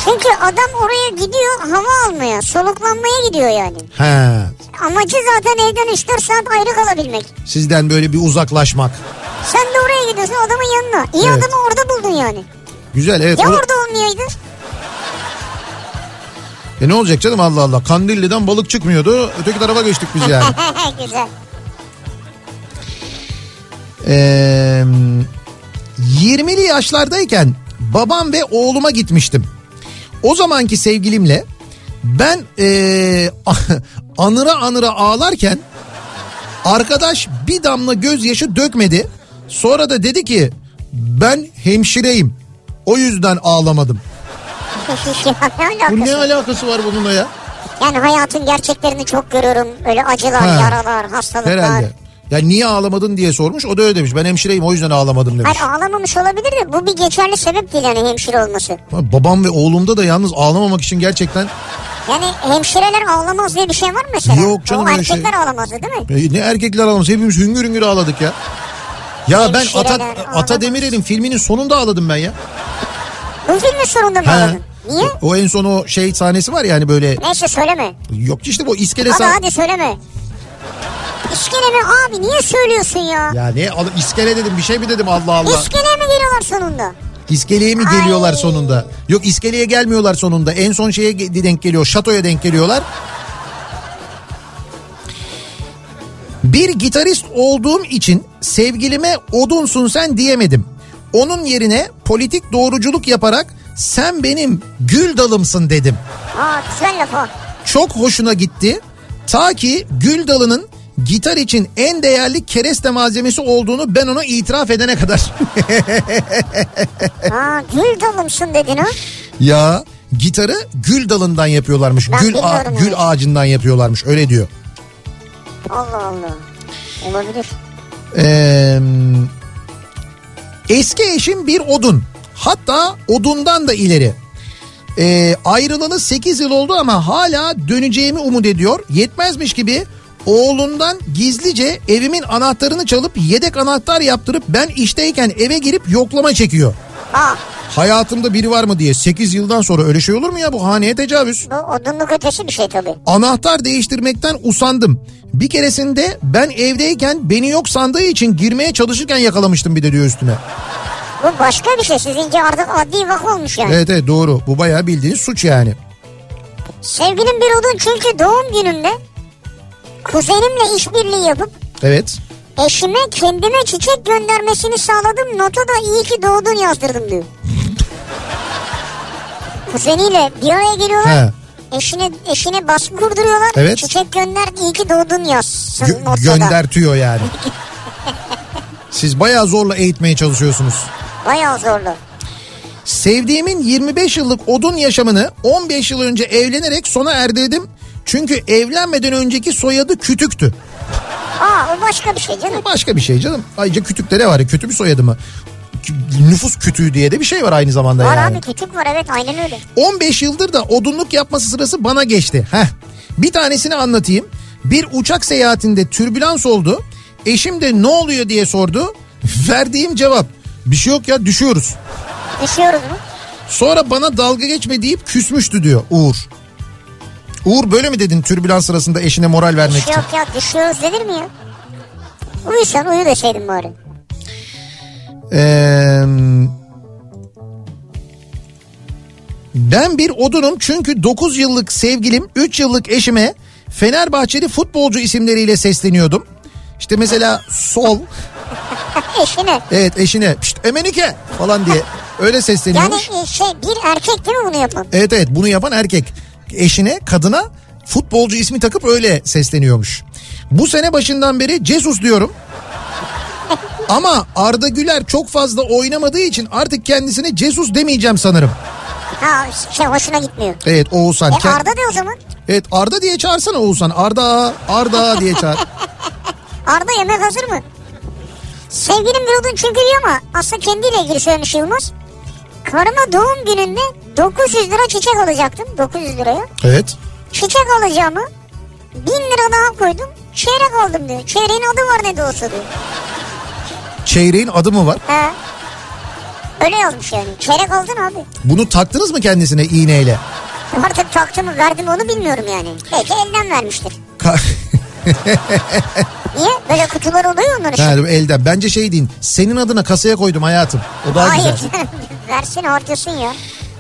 S2: Çünkü adam oraya gidiyor hava almaya, soluklanmaya gidiyor yani.
S1: He
S2: Amacı zaten evden 3-4 saat ayrı kalabilmek.
S1: sizden böyle bir uzaklaşmak.
S2: Sen de oraya gidiyorsun adamın yanına. İyi
S1: Evet.
S2: adamı orada buldun yani.
S1: Güzel evet.
S2: Ya
S1: O-
S2: orada olmayaydı?
S1: E ne olacak canım Allah Allah. Kandilli'den balık çıkmıyordu. Öteki tarafa geçtik biz yani.
S2: Güzel.
S1: Ee, 20'li yaşlardayken babam ve oğluma gitmiştim. O zamanki sevgilimle ben ee, anıra anıra ağlarken arkadaş bir damla gözyaşı dökmedi. Sonra da dedi ki ben hemşireyim. O yüzden ağlamadım.
S2: Ya ne alakası?
S1: Bu ne alakası var bununla ya?
S2: Yani hayatın gerçeklerini çok görüyorum. Öyle acılar,
S1: Ha.
S2: yaralar, hastalıklar.
S1: Herhalde. Ya niye ağlamadın diye sormuş. O da öyle demiş. Ben hemşireyim o yüzden ağlamadım demiş.
S2: Hayır ağlamamış olabilir de bu bir geçerli sebep değil yani hemşire olması.
S1: Ama Babam ve oğlumda da yalnız ağlamamak için gerçekten
S2: Yani hemşireler ağlamaz diye bir şey var mı mesela?
S1: Yok canım
S2: O
S1: öyle şey-
S2: erkekler ağlamazdı değil mi?
S1: E, ne erkekler ağlaması hepimiz hüngür hüngür ağladık ya. Ya ben
S2: Hemşireler
S1: Ata,
S2: ağladı.
S1: Ata Demirer'in filminin sonunda ağladım ben ya.
S2: Bu filmin sonunda mı
S1: Ha.
S2: ağladın? Niye?
S1: O en son o şey sahnesi var yani böyle
S2: Neyse söyleme.
S1: yok işte bu iskele
S2: Ama
S1: sah-
S2: hadi söyleme. İskeleme abi niye söylüyorsun ya?
S1: Ya ne al- iskele dedim bir şey mi dedim Allah Allah.
S2: İskeleye mi geliyorlar sonunda?
S1: İskeleye mi geliyorlar
S2: Ay.
S1: sonunda? Yok iskeleye gelmiyorlar sonunda. En son şeye ge- denk geliyor. Şatoya denk geliyorlar. Bir gitarist olduğum için sevgilime odunsun sen diyemedim. Onun yerine politik doğruculuk yaparak sen benim gül dalımsın dedim.
S2: Aa güzel laf o.
S1: Çok hoşuna gitti. Ta ki gül dalının gitar için en değerli kereste malzemesi olduğunu ben ona itiraf edene kadar. E-
S2: Aa gül dalımsın dedin ha.
S1: Ya gitarı gül dalından yapıyorlarmış.
S2: Ben
S1: gül ağa-
S2: bilmiyorum onu.
S1: gül ağacından yapıyorlarmış öyle diyor.
S2: Allah Allah. Olabilir.
S1: Ee, eski eşim bir odun. Hatta odundan da ileri. Ee, ayrılalı 8 yıl oldu ama hala döneceğimi umut ediyor. Yetmezmiş gibi oğlundan gizlice evimin anahtarını çalıp yedek anahtar yaptırıp ben işteyken eve girip yoklama çekiyor.
S2: Aa
S1: Hayatımda biri var mı diye 8 yıldan sonra öyle şey olur mu ya bu haneye tecavüz.
S2: bu odunluk ötesi bir şey tabii.
S1: Anahtar değiştirmekten usandım. Bir keresinde ben evdeyken beni yok sandığı için girmeye çalışırken yakalamıştım bir de diyor üstüne.
S2: Bu başka bir şey. Sizinki artık adli vaka olmuş yani.
S1: Evet evet doğru. Bu bayağı bildiğiniz suç yani.
S2: Sevgilim bir odun çünkü doğum günümde kuzenimle işbirliği yapıp
S1: Evet.
S2: eşime kendime çiçek göndermesini sağladım. Nota da iyi ki doğdun yazdırdım diyor. Kuzeniyle bir araya geliyorlar.
S1: He.
S2: Eşine, eşine baskı kurduruyorlar.
S1: Evet.
S2: Çiçek gönder iyi ki doğdun yazsın
S1: Gö-
S2: notada.
S1: göndertiyor yani. Siz bayağı zorla eğitmeye çalışıyorsunuz.
S2: Bayağı zorlu.
S1: Sevdiğimin 25 yıllık odun yaşamını 15 yıl önce evlenerek sona erdirdim. Çünkü evlenmeden önceki soyadı Kütük'tü.
S2: Aa o başka bir şey canım.
S1: Bu başka bir şey canım. Ayrıca Kütük'te ne var ya kötü bir soyadı mı? Kü- Nüfus kütüğü diye de bir şey var aynı zamanda
S2: Var
S1: yani.
S2: abi küçük var evet aynen öyle.
S1: 15 yıldır da odunluk yapması sırası bana geçti. Heh. Bir tanesini anlatayım. Bir uçak seyahatinde türbülans oldu. Eşim de ne oluyor diye sordu. Verdiğim cevap bir şey yok ya düşüyoruz.
S2: Düşüyoruz mu?
S1: Sonra bana dalga geçme deyip küsmüştü diyor Uğur. Uğur böyle mi dedin türbülans sırasında eşine moral vermek için?
S2: Yok ya düşüyoruz denir mi ya? Uyusan uyu deseydin bari.
S1: Ee, ben bir odunum çünkü 9 yıllık sevgilim 3 yıllık eşime Fenerbahçeli futbolcu isimleriyle sesleniyordum. İşte mesela sol
S2: Eşine.
S1: evet eşine "Pişt, Emenike falan diye öyle
S2: Yani
S1: sesleniyormuş.
S2: e, şey bir erkek değil mi bunu yapan?
S1: Evet evet bunu yapan erkek eşine kadına futbolcu ismi takıp öyle sesleniyormuş. Bu sene başından beri Cesus diyorum. Ama Arda Güler çok fazla oynamadığı için artık kendisine Cesus demeyeceğim sanırım.
S2: Ha şey hoşuna gitmiyor.
S1: Evet Oğuzhan.
S2: E
S1: Ke-
S2: Arda de o zaman.
S1: Evet Arda diye çağırsana Oğuzhan. Arda, Arda diye çağır.
S2: Arda yemek hazır mı? Sevgilim bir odun çünkü diyor ama aslında kendiyle ilgili söylemiş Yılmaz. Karıma doğum gününde 900 lira çiçek alacaktım. 900 liraya.
S1: evet.
S2: Çiçek alacağımı 1000 lira daha koydum. Çeyrek aldım diyor. Çeyreğin adı var ne de olsa diyor.
S1: Çeyreğin adı mı var?
S2: He. Öyle yazmış yani. Çeyrek aldın abi.
S1: Bunu taktınız mı kendisine iğneyle?
S2: Artık taktı mı verdi mi onu bilmiyorum yani. Belki elden vermiştir.
S1: Ka-
S2: Niye? Böyle kutular oluyor onların.
S1: ha, elden. Bence şey deyin. Senin adına kasaya koydum hayatım. O daha
S2: Hayır
S1: güzel.
S2: canım. Versin harcasın ya.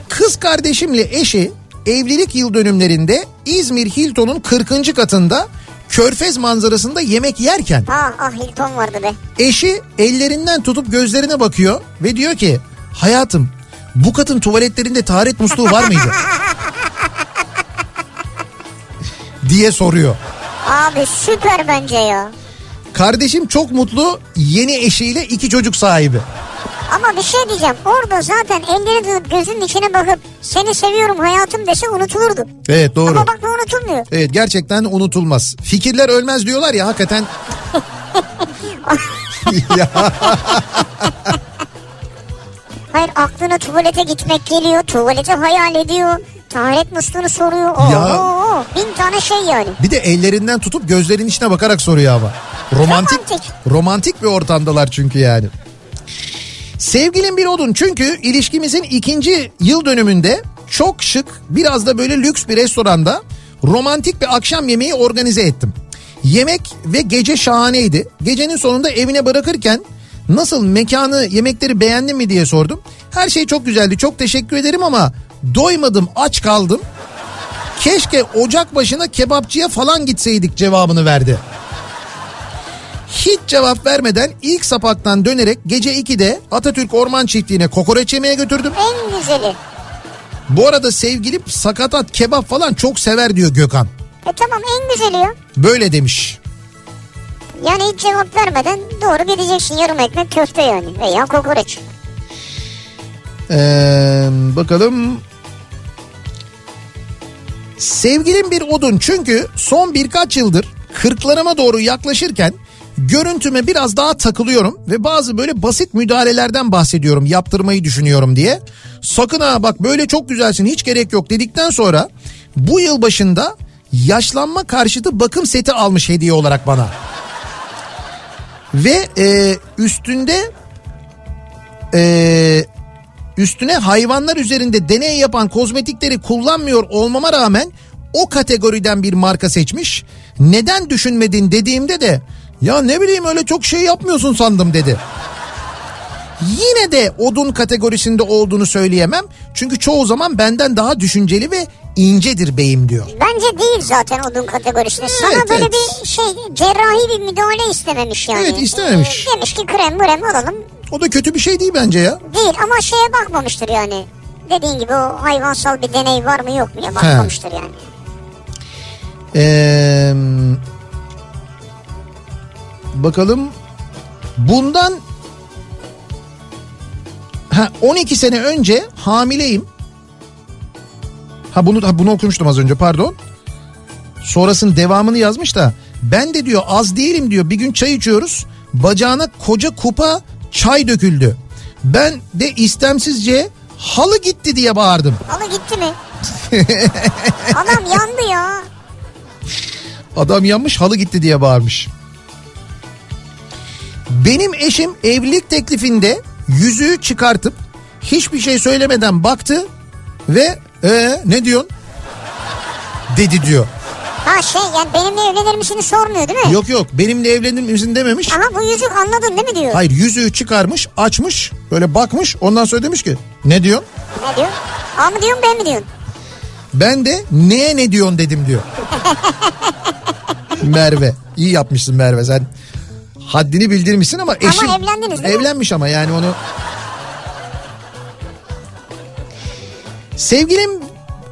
S1: Kız kardeşimle eşi evlilik yıl dönümlerinde İzmir Hilton'un 40. katında körfez manzarasında yemek yerken
S2: Ah ah Hilton vardı be.
S1: Eşi ellerinden tutup gözlerine bakıyor ve diyor ki hayatım bu katın tuvaletlerinde taharet musluğu var mıydı? diye soruyor.
S2: Abi süper bence ya.
S1: Kardeşim çok mutlu yeni eşiyle iki çocuk sahibi.
S2: Ama bir şey diyeceğim. Orada zaten elleri tutup gözünün içine bakıp seni seviyorum hayatım dese unutulurdu.
S1: Evet doğru.
S2: Ama bak bu unutulmuyor.
S1: Evet gerçekten unutulmaz. Fikirler ölmez diyorlar ya hakikaten. ya,
S2: Hayır aklına tuvalete gitmek geliyor. Tuvalete hayal ediyor. Taharet musluğunu soruyor. Oo,
S1: Ya.
S2: oo, bin tane şey yani.
S1: bir de ellerinden tutup gözlerin içine bakarak soruyor ama. Romantik,
S2: Romantik.
S1: romantik bir ortamdalar çünkü yani. Sevgilim bir odun çünkü ilişkimizin ikinci yıl dönümünde çok şık biraz da böyle lüks bir restoranda romantik bir akşam yemeği organize ettim. Yemek ve gece şahaneydi. Gecenin sonunda evine bırakırken nasıl mekanı yemekleri beğendin mi diye sordum. Her şey çok güzeldi çok teşekkür ederim ama doymadım aç kaldım. Keşke ocak başına kebapçıya falan gitseydik cevabını verdi. Hiç cevap vermeden ilk sapaktan dönerek gece 2'de Atatürk Orman Çiftliği'ne kokoreç yemeye götürdüm.
S2: En güzeli.
S1: Bu arada sevgilim sakatat kebap falan çok sever diyor Gökhan.
S2: E tamam en güzeli ya.
S1: Böyle demiş.
S2: Yani hiç cevap vermeden doğru gideceksin yarım ekmek köfte yani veya kokoreç.
S1: Ee, bakalım. Sevgilim bir odun çünkü son birkaç yıldır kırklarıma doğru yaklaşırken görüntüme biraz daha takılıyorum ve bazı böyle basit müdahalelerden bahsediyorum yaptırmayı düşünüyorum diye. Sakın ha bak böyle çok güzelsin hiç gerek yok dedikten sonra bu yıl başında yaşlanma karşıtı bakım seti almış hediye olarak bana. Ve e, üstünde e, Üstüne hayvanlar üzerinde deney yapan kozmetikleri kullanmıyor olmama rağmen o kategoriden bir marka seçmiş. Neden düşünmedin dediğimde de ya ne bileyim öyle çok şey yapmıyorsun sandım dedi. Yine de odun kategorisinde olduğunu söyleyemem. Çünkü çoğu zaman benden daha düşünceli ve incedir beyim diyor.
S2: Bence değil zaten odun kategorisinde. Sana
S1: Evet,
S2: böyle
S1: evet.
S2: bir şey cerrahi bir müdahale istememiş yani.
S1: Evet, istememiş.
S2: E, demiş ki krem mürem olalım
S1: O da kötü bir şey değil bence ya.
S2: değil ama şeye bakmamıştır yani. Dediğin gibi o hayvansal bir deney var mı yok mu ya bakmamıştır yani.
S1: Ee, bakalım bundan ha, 12 sene önce hamileyim. Ha bunu ha, bunu okumuştum az önce pardon. Sonrasının devamını yazmış da ben de diyor az değilim diyor bir gün çay içiyoruz. Bacağına koca kupa çay döküldü. Ben de istemsizce halı gitti diye bağırdım.
S2: Alı gitti mi? Adam yandı ya.
S1: Adam yanmış halı gitti diye bağırmış. Benim eşim evlilik teklifinde yüzüğü çıkartıp hiçbir şey söylemeden baktı ve ee, ne diyorsun? Dedi diyor.
S2: Ha şey yani benimle evlenir misini sormuyor değil mi?
S1: Yok yok benimle evlenir misin dememiş.
S2: Aha bu yüzük anladın değil mi diyor.
S1: Hayır yüzüğü çıkarmış açmış böyle bakmış ondan sonra demiş ki ne diyorsun?
S2: Ne diyor? A mı diyorsun B mi diyorsun?
S1: Ben de neye ne diyorsun dedim diyor. Merve iyi yapmışsın Merve sen haddini bildirmişsin ama eşim
S2: evlendiniz değil mi?
S1: evlenmiş ama yani onu Sevgilim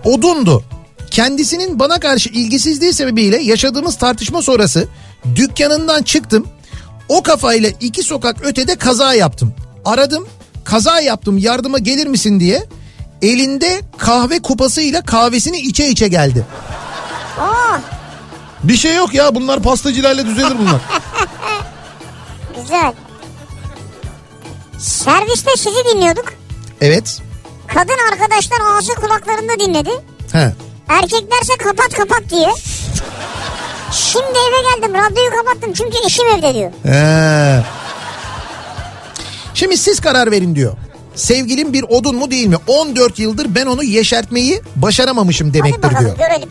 S1: odundu. Kendisinin bana karşı ilgisizliği sebebiyle yaşadığımız tartışma sonrası dükkanından çıktım. O kafayla iki sokak ötede kaza yaptım. Aradım kaza yaptım yardıma gelir misin diye. Elinde kahve kupasıyla kahvesini içe içe geldi.
S2: Oo
S1: Bir şey yok ya bunlar pastacılarla düzelir bunlar.
S2: güzel. Serviste sizi dinliyorduk.
S1: evet.
S2: Kadın arkadaşlar ağzı kulaklarında dinledi.
S1: He.
S2: Erkeklerse kapat kapat diye. Şimdi eve geldim radyoyu kapattım çünkü eşim evde diyor.
S1: Ee. Şimdi siz karar verin diyor. Sevgilim bir odun mu değil mi? 14 yıldır ben onu yeşertmeyi başaramamışım
S2: Hadi
S1: demektir
S2: bakalım
S1: diyor.
S2: görelim.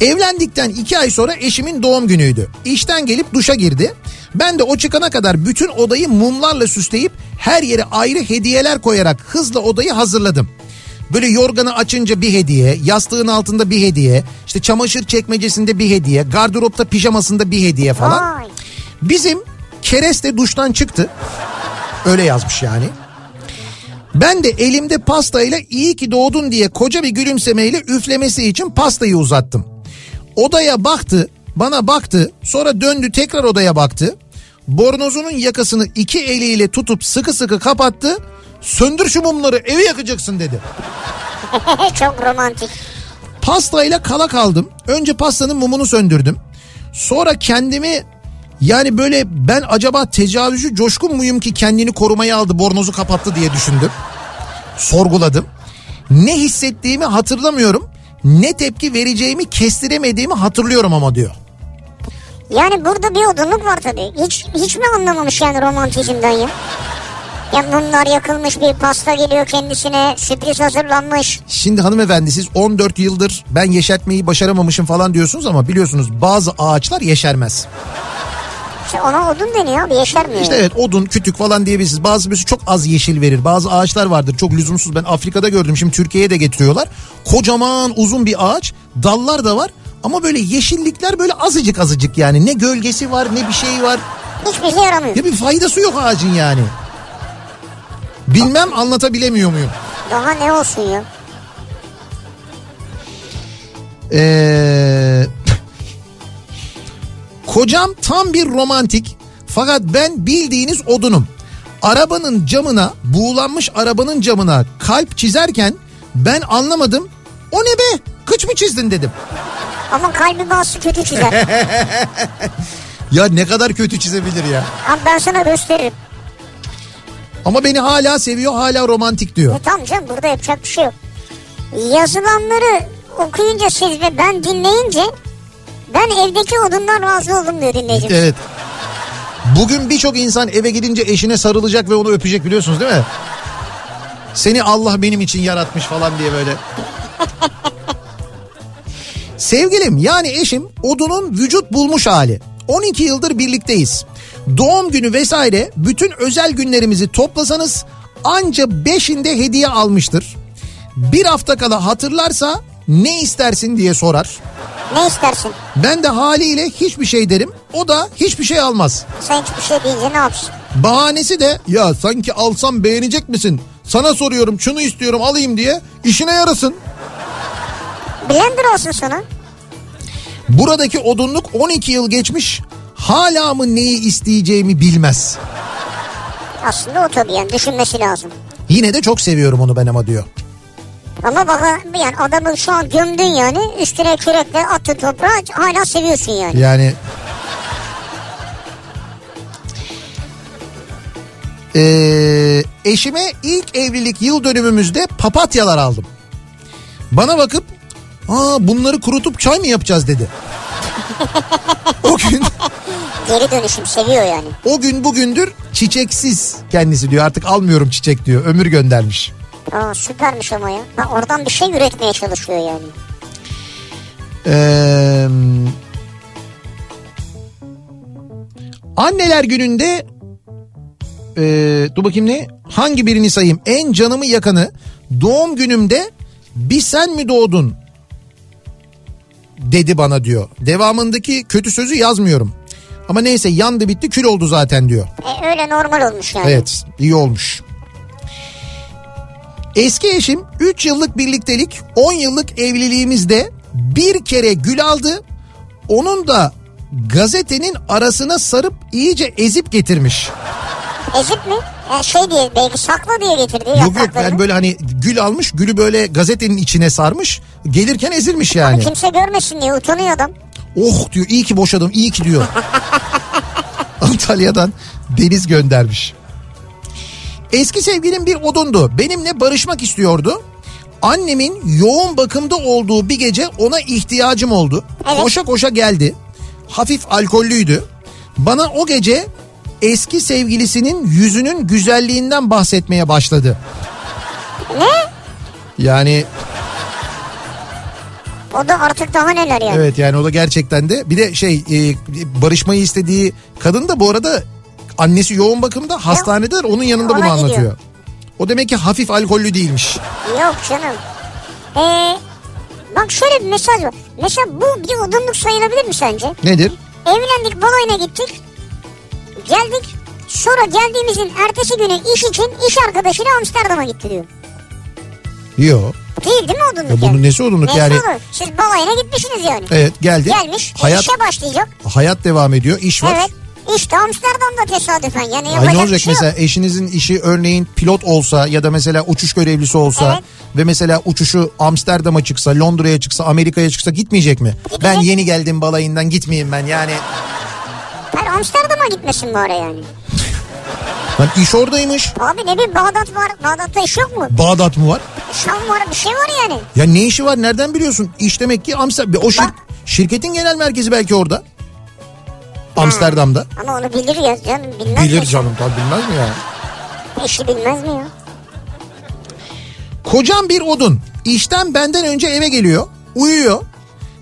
S1: Evlendikten iki ay sonra eşimin doğum günüydü. İşten gelip duşa girdi. Ben de o çıkana kadar bütün odayı mumlarla süsleyip her yere ayrı hediyeler koyarak hızla odayı hazırladım. Böyle yorganı açınca bir hediye, yastığın altında bir hediye, işte çamaşır çekmecesinde bir hediye, gardıropta pijamasında bir hediye falan.
S2: Vay.
S1: Bizim kereste duştan çıktı. Öyle yazmış yani. Ben de elimde pastayla iyi ki doğdun diye koca bir gülümsemeyle üflemesi için pastayı uzattım. Odaya baktı, bana baktı, sonra döndü tekrar odaya baktı. Bornozunun yakasını iki eliyle tutup sıkı sıkı kapattı. Söndür şu mumları evi yakacaksın dedi.
S2: e, Çok romantik.
S1: Pastayla kala kaldım. Önce pastanın mumunu söndürdüm. Sonra kendimi yani böyle ben acaba tecavüzcü coşkun muyum ki kendini korumaya aldı bornozu kapattı diye düşündüm. Sorguladım. Ne hissettiğimi hatırlamıyorum. Ne tepki vereceğimi kestiremediğimi hatırlıyorum ama diyor.
S2: Yani burada bir odunluk var tabii. Hiç, hiç mi anlamamış yani romantizmden ya? Ya mumlar yakılmış bir pasta geliyor kendisine. Sürpriz hazırlanmış.
S1: Şimdi hanımefendi siz 14 yıldır ben yeşertmeyi başaramamışım falan diyorsunuz ama biliyorsunuz bazı ağaçlar yeşermez.
S2: İşte ona odun deniyor abi yeşermiyor.
S1: İşte evet odun, kütük falan diyebilirsiniz. Bazı birisi çok az yeşil verir. Bazı ağaçlar vardır çok lüzumsuz. Ben Afrika'da gördüm şimdi Türkiye'ye de getiriyorlar. Kocaman uzun bir ağaç. Dallar da var ama böyle yeşillikler böyle azıcık azıcık yani. Ne gölgesi var ne bir şey var.
S2: Hiçbir şey yaramıyor.
S1: Ya bir faydası yok ağacın yani. Bilmem anlatabilemiyor muyum?
S2: Daha ne olsun ya.
S1: Ee, kocam tam bir romantik fakat ben bildiğiniz odunum. Arabanın camına buğulanmış arabanın camına kalp çizerken ben anlamadım. O ne be kıç mı çizdin dedim.
S2: Ama kalbi bazı kötü çizer.
S1: Ya ne kadar kötü çizebilir ya.
S2: abi ben sana gösteririm.
S1: Ama beni hala seviyor hala romantik diyor.
S2: E tamam canım burada yapacak bir şey yok. Yazılanları okuyunca siz ve ben dinleyince ben evdeki odundan razı oldum diyor dinleyicim.
S1: Evet. Bugün birçok insan eve gidince eşine sarılacak ve onu öpecek biliyorsunuz değil mi? Seni Allah benim için yaratmış falan diye böyle. Sevgilim yani eşim odunun vücut bulmuş hali. 12 yıldır birlikteyiz. Doğum günü vesaire bütün özel günlerimizi toplasanız anca 5'inde hediye almıştır. Bir hafta kala hatırlarsa ne istersin diye sorar.
S2: Ne istersin?
S1: Ben de haliyle hiçbir şey derim. O da hiçbir şey almaz.
S2: Sen hiçbir şey deyince ne yapsın?
S1: Bahanesi de ya sanki alsam beğenecek misin? Sana soruyorum şunu istiyorum alayım diye işine yarasın.
S2: Blender olsun sana.
S1: Buradaki odunluk 12 yıl geçmiş hala mı neyi isteyeceğimi bilmez.
S2: Aslında o tabii yani düşünmesi lazım.
S1: Yine de çok seviyorum onu ben ama diyor.
S2: Ama bak yani adamı şu an gömdün yani üstüne kürekle attın toprağa hala seviyorsun yani.
S1: Yani Ee, eşime ilk evlilik yıl dönümümüzde papatyalar aldım. Bana bakıp Aa, bunları kurutup çay mı yapacağız dedi. o gün
S2: Geri dönüşüm seviyor yani.
S1: o gün bugündür çiçeksiz kendisi diyor artık almıyorum çiçek diyor ömür göndermiş.
S2: Aa süpermiş ama ya. Ha, oradan bir şey üretmeye çalışıyor yani.
S1: Ee, anneler gününde ee, dur bakayım ne hangi birini sayayım en canımı yakanı doğum günümde bir sen mi doğdun dedi bana diyor. Devamındaki kötü sözü yazmıyorum. Ama neyse yandı bitti kül oldu zaten diyor.
S2: E, öyle normal olmuş yani.
S1: Evet iyi olmuş. Eski eşim 3 yıllık birliktelik 10 yıllık evliliğimizde bir kere gül aldı. Onun da gazetenin arasına sarıp iyice ezip getirmiş.
S2: Ezip mi? Ya şey diye belki sakla diye getirdi
S1: Yok yok
S2: yapraklarını.
S1: yani böyle hani gül almış gülü böyle gazetenin içine sarmış gelirken ezilmiş yani.
S2: Kimse görmesin diye utanıyor adam.
S1: Oh diyor iyi ki boşadım iyi ki diyor. Antalya'dan Deniz göndermiş. Eski sevgilim bir odundu. Benimle barışmak istiyordu. Annemin yoğun bakımda olduğu bir gece ona ihtiyacım oldu.
S2: Evet.
S1: Koşa koşa geldi. Hafif alkollüydü. Bana o gece eski sevgilisinin yüzünün güzelliğinden bahsetmeye başladı. Ne? Yani
S2: O da artık daha neler yani.
S1: Evet yani o da gerçekten de bir de şey e, barışmayı istediği kadın da bu arada annesi yoğun bakımda hastanedeler onun yanında
S2: Ona
S1: bunu
S2: gidiyor.
S1: anlatıyor. O demek ki hafif alkollü değilmiş.
S2: Yok canım. Ee, bak şöyle bir mesaj var. Mesela bu bir odunluk sayılabilir mi sence?
S1: Nedir?
S2: Evlendik balayına gittik. Geldik. Sonra geldiğimizin ertesi günü iş için iş arkadaşıyla Amsterdam'a gitti diyor.
S1: Yo.
S2: Değil değil mi odunluk
S1: Ya bunun nesi odunluk
S2: Neyse
S1: yani?
S2: olur. Siz balayına gitmişsiniz yani.
S1: Evet geldi.
S2: Gelmiş
S1: Hayat
S2: işe başlayacak.
S1: hayat devam ediyor. iş var.
S2: Evet. İşte Amsterdam'da tesadüfen yani
S1: Ay
S2: yapacak
S1: ne
S2: bir
S1: olacak
S2: şey yok.
S1: mesela eşinizin işi örneğin pilot olsa ya da mesela uçuş görevlisi olsa
S2: Evet.
S1: ve mesela uçuşu Amsterdam'a çıksa, Londra'ya çıksa, Amerika'ya çıksa gitmeyecek mi? Ben yeni geldim balayından gitmeyeyim ben yani.
S2: Hayır Amsterdam'a gitmesin bari yani.
S1: Lan iş oradaymış.
S2: Abi ne bir Bağdat var. Bağdat'ta iş yok mu?
S1: Bağdat mı var?
S2: Şam var bir şey var yani.
S1: Ya ne işi var nereden biliyorsun? İş demek ki Amsterdam. O şir-
S2: Bak.
S1: şirketin genel merkezi belki orada. Amsterdam'da.
S2: Ama onu bilir ya canım bilmez mi?
S1: canım tabi bilmez mi ya?
S2: Eşi bilmez mi ya?
S1: Kocam bir odun. İşten benden önce eve geliyor. Uyuyor.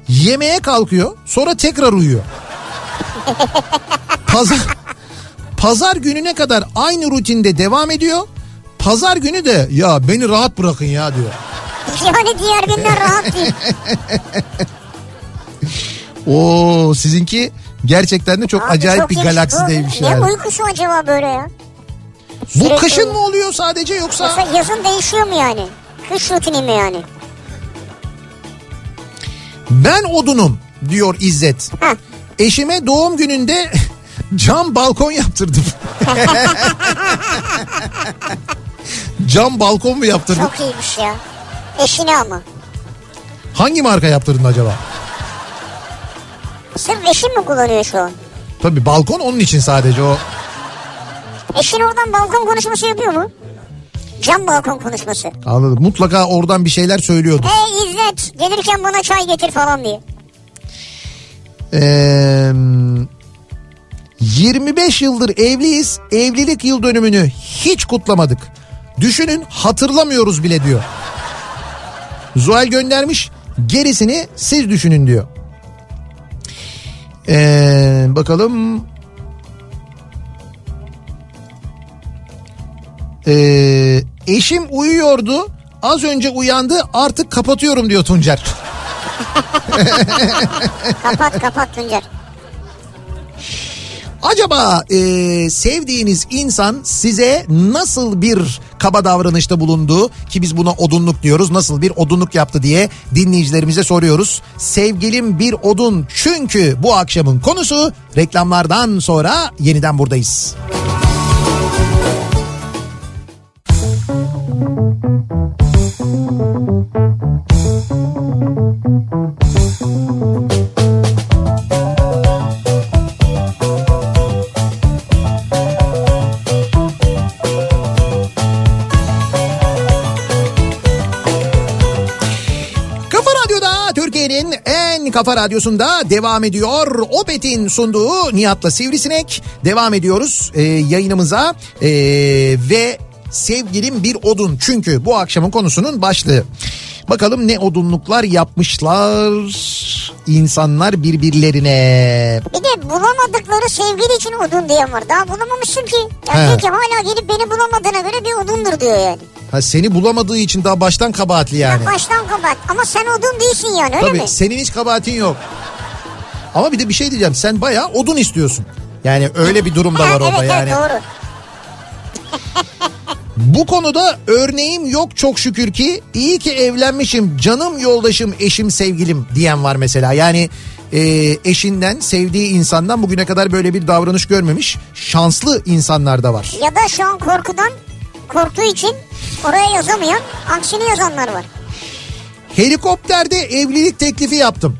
S1: Yemeğe kalkıyor. Sonra tekrar uyuyor. Pazar, pazar gününe kadar aynı rutinde devam ediyor. Pazar günü de ya beni rahat bırakın ya diyor.
S2: Yani diğer günden rahat değil.
S1: Oo sizinki gerçekten de çok
S2: Abi
S1: acayip
S2: çok
S1: bir
S2: yemiş.
S1: galaksideymiş
S2: Bu Ne
S1: yani.
S2: uykusu acaba böyle ya?
S1: Bu
S2: Sürekli-
S1: kışın mı oluyor sadece yoksa?
S2: Yoksa yazın değişiyor mu yani? Kış rutini mi yani?
S1: Ben odunum diyor İzzet.
S2: Heh.
S1: Eşime doğum gününde cam balkon yaptırdım. cam balkon mu yaptırdın?
S2: Çok iyiymiş ya. Eşine ama.
S1: Hangi marka yaptırdın acaba?
S2: Sırf eşin mi kullanıyor şu an?
S1: Tabii balkon onun için sadece o.
S2: Eşin oradan balkon konuşması yapıyor mu? Cam balkon konuşması.
S1: Anladım. Mutlaka oradan bir şeyler söylüyordu.
S2: Ey İzzet gelirken bana çay getir falan diye.
S1: Ee, 25 yıldır evliyiz. Evlilik yıl dönümünü hiç kutlamadık. Düşünün hatırlamıyoruz bile diyor. Zuhal göndermiş. Gerisini siz düşünün diyor. Ee, bakalım. Ee, eşim uyuyordu. Az önce uyandı. Artık kapatıyorum diyor Tuncer.
S2: Kapat kapat Tuncer.
S1: Acaba e, sevdiğiniz insan size nasıl bir kaba davranışta bulundu ki biz buna odunluk diyoruz nasıl bir odunluk yaptı diye dinleyicilerimize soruyoruz. Sevgilim bir odun çünkü bu akşamın konusu reklamlardan sonra yeniden buradayız. Kafa Radyo'da Türkiye'nin en kafa radyosunda devam ediyor. Opet'in sunduğu Nihat'la Sivrisinek devam ediyoruz e, yayınımıza E, ve sevgilim bir odun çünkü bu akşamın konusunun başlığı. Bakalım ne odunluklar yapmışlar insanlar birbirlerine.
S2: Bir de bulamadıkları sevgili için odun diyen var. Daha bulamamışsın ki.
S1: He.
S2: Ya diyor ki hala gelip beni bulamadığına göre bir odundur diyor yani.
S1: Ha, seni bulamadığı için daha baştan kabahatli yani.
S2: Baştan kapat. Ama sen odun değilsin yani öyle
S1: Tabii
S2: mi?
S1: senin hiç kabahatin yok. Ama bir de bir şey diyeceğim sen bayağı odun istiyorsun. Yani öyle bir durum da
S2: Ha,
S1: var
S2: evet
S1: orada
S2: evet
S1: yani.
S2: doğru.
S1: Bu konuda örneğim yok çok şükür ki. iyi ki evlenmişim canım yoldaşım eşim sevgilim diyen var mesela. Yani e, eşinden sevdiği insandan bugüne kadar böyle bir davranış görmemiş şanslı insanlar da var.
S2: Ya da şu an korkudan korktuğu için oraya yazamayan aksini yazanlar var.
S1: Helikopterde evlilik teklifi yaptım.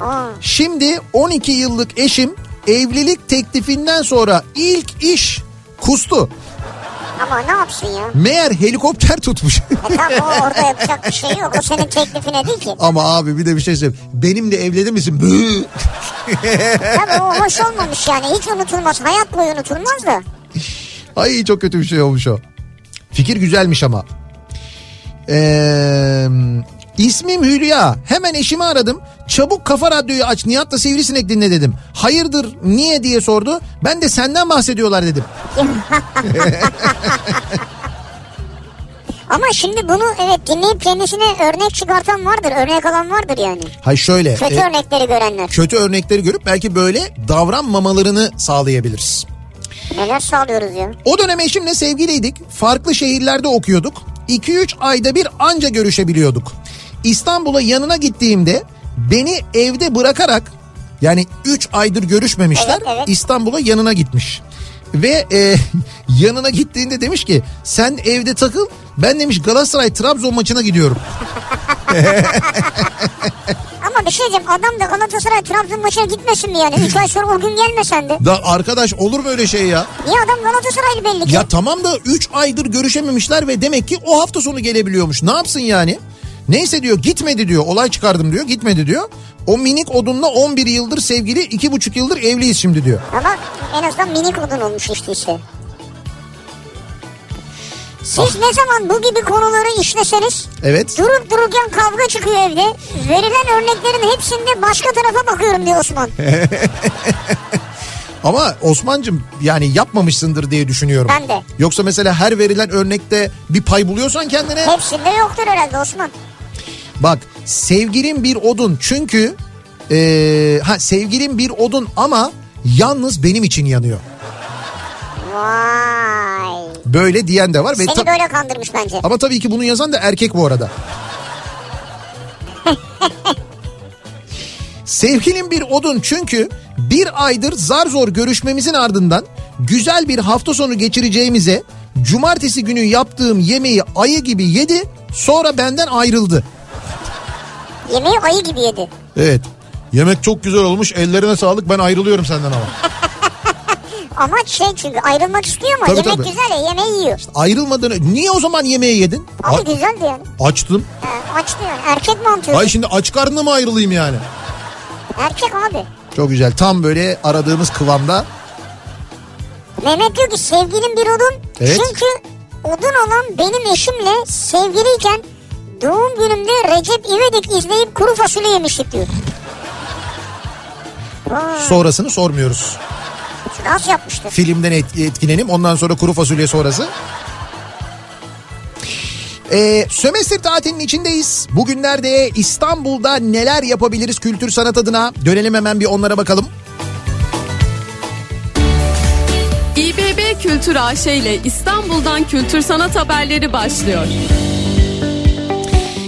S2: Aa,
S1: Şimdi 12 yıllık eşim evlilik teklifinden sonra ilk iş kustu.
S2: ama ne yapsın ya?
S1: Meğer helikopter tutmuş.
S2: E tam o orada yapacak bir şey yok. O senin teklifine değil ki.
S1: Ama abi bir de bir şey söyleyeyim. Benimle evlenir misin? Bıı.
S2: Tabii o hoş olmamış yani. Hiç unutulmaz. Hayat boyu unutulmaz da.
S1: Ay çok kötü bir şey olmuş o. Fikir güzelmiş ama. Ee, ismim Hülya. Hemen eşimi aradım. Çabuk kafa radyoyu aç Nihat'la Sivrisinek dinle dedim. Hayırdır niye diye sordu. Ben de senden bahsediyorlar dedim.
S2: Ama şimdi bunu evet dinleyip kendisine örnek çıkartan vardır. Örnek alan vardır yani.
S1: Hay şöyle.
S2: Kötü
S1: e,
S2: örnekleri görenler.
S1: kötü örnekleri görüp belki böyle davranmamalarını sağlayabiliriz.
S2: Neler sağlıyoruz ya.
S1: O dönem eşimle sevgiliydik. Farklı şehirlerde okuyorduk. 2-3 ayda bir anca görüşebiliyorduk. İstanbul'a yanına gittiğimde beni evde bırakarak yani 3 aydır görüşmemişler
S2: Evet, evet.
S1: İstanbul'a yanına gitmiş. Ve e, yanına gittiğinde demiş ki sen evde takıl ben demiş Galatasaray Trabzon maçına gidiyorum.
S2: Ama bir şey diyeceğim. Adam da Galatasaray Trabzon maçına gitmesin mi yani? 3 ay sonra o gün gelmesen de.
S1: Da arkadaş olur mu öyle şey ya?
S2: Niye adam Galatasaraylı belli ki?
S1: Ya tamam da 3 aydır görüşememişler ve demek ki o hafta sonu gelebiliyormuş. Ne yapsın yani? Neyse diyor gitmedi diyor olay çıkardım diyor gitmedi diyor. O minik odunla 11 yıldır sevgili 2,5 yıldır evliyiz şimdi diyor.
S2: Ama en azından minik odun olmuş işte işte.
S1: Ah.
S2: Siz ne zaman bu gibi konuları işleseniz
S1: Evet.
S2: durup dururken kavga çıkıyor evde. Verilen örneklerin hepsinde başka tarafa bakıyorum diyor Osman.
S1: Ama Osman'cığım yani yapmamışsındır diye düşünüyorum.
S2: Ben de.
S1: Yoksa mesela her verilen örnekte bir pay buluyorsan kendine.
S2: Hepsinde yoktur herhalde Osman.
S1: Bak sevgilim bir odun çünkü eee, ha sevgilim bir odun ama yalnız benim için yanıyor.
S2: Vay.
S1: Böyle diyen de var. Ve
S2: Seni
S1: tab-
S2: böyle kandırmış bence.
S1: ama tabii ki bunu yazan da erkek bu arada. Sevgilim bir odun çünkü bir aydır zar zor görüşmemizin ardından güzel bir hafta sonu geçireceğimize cumartesi günü yaptığım yemeği ayı gibi yedi sonra benden ayrıldı.
S2: Yemeği ayı gibi yedi.
S1: Evet. Yemek çok güzel olmuş. Ellerine sağlık. Ben ayrılıyorum senden ama.
S2: Amaç şey çünkü ayrılmak istiyor ama
S1: Tabii,
S2: yemek
S1: tabii.
S2: güzel ya yemeği yiyor.
S1: Ayrılmadan niye o zaman yemeği yedin?
S2: Ama
S1: A-
S2: güzeldi yani.
S1: açtım.
S2: Ha, açtı yani. Erkek mantığı.
S1: Ay şimdi aç karnına mı ayrılayım yani?
S2: Erkek abi.
S1: Çok güzel. Tam böyle aradığımız kıvamda.
S2: Mehmet diyor ki sevgilim bir odun.
S1: Evet.
S2: Çünkü odun olan benim eşimle sevgiliyken doğum günümde Recep İvedik izleyip kuru fasulye yemiştik diyor. Vay,
S1: Sonrasını sormuyoruz.
S2: az yapmıştır.
S1: Filmden et- etkilenim. Ondan sonra kuru fasulye sonrası. Ee, sömestr tatilinin içindeyiz. Bugünlerde İstanbul'da neler yapabiliriz kültür sanat adına? Dönelim hemen bir onlara bakalım.
S3: İBB Kültür AŞ ile İstanbul'dan kültür sanat haberleri başlıyor.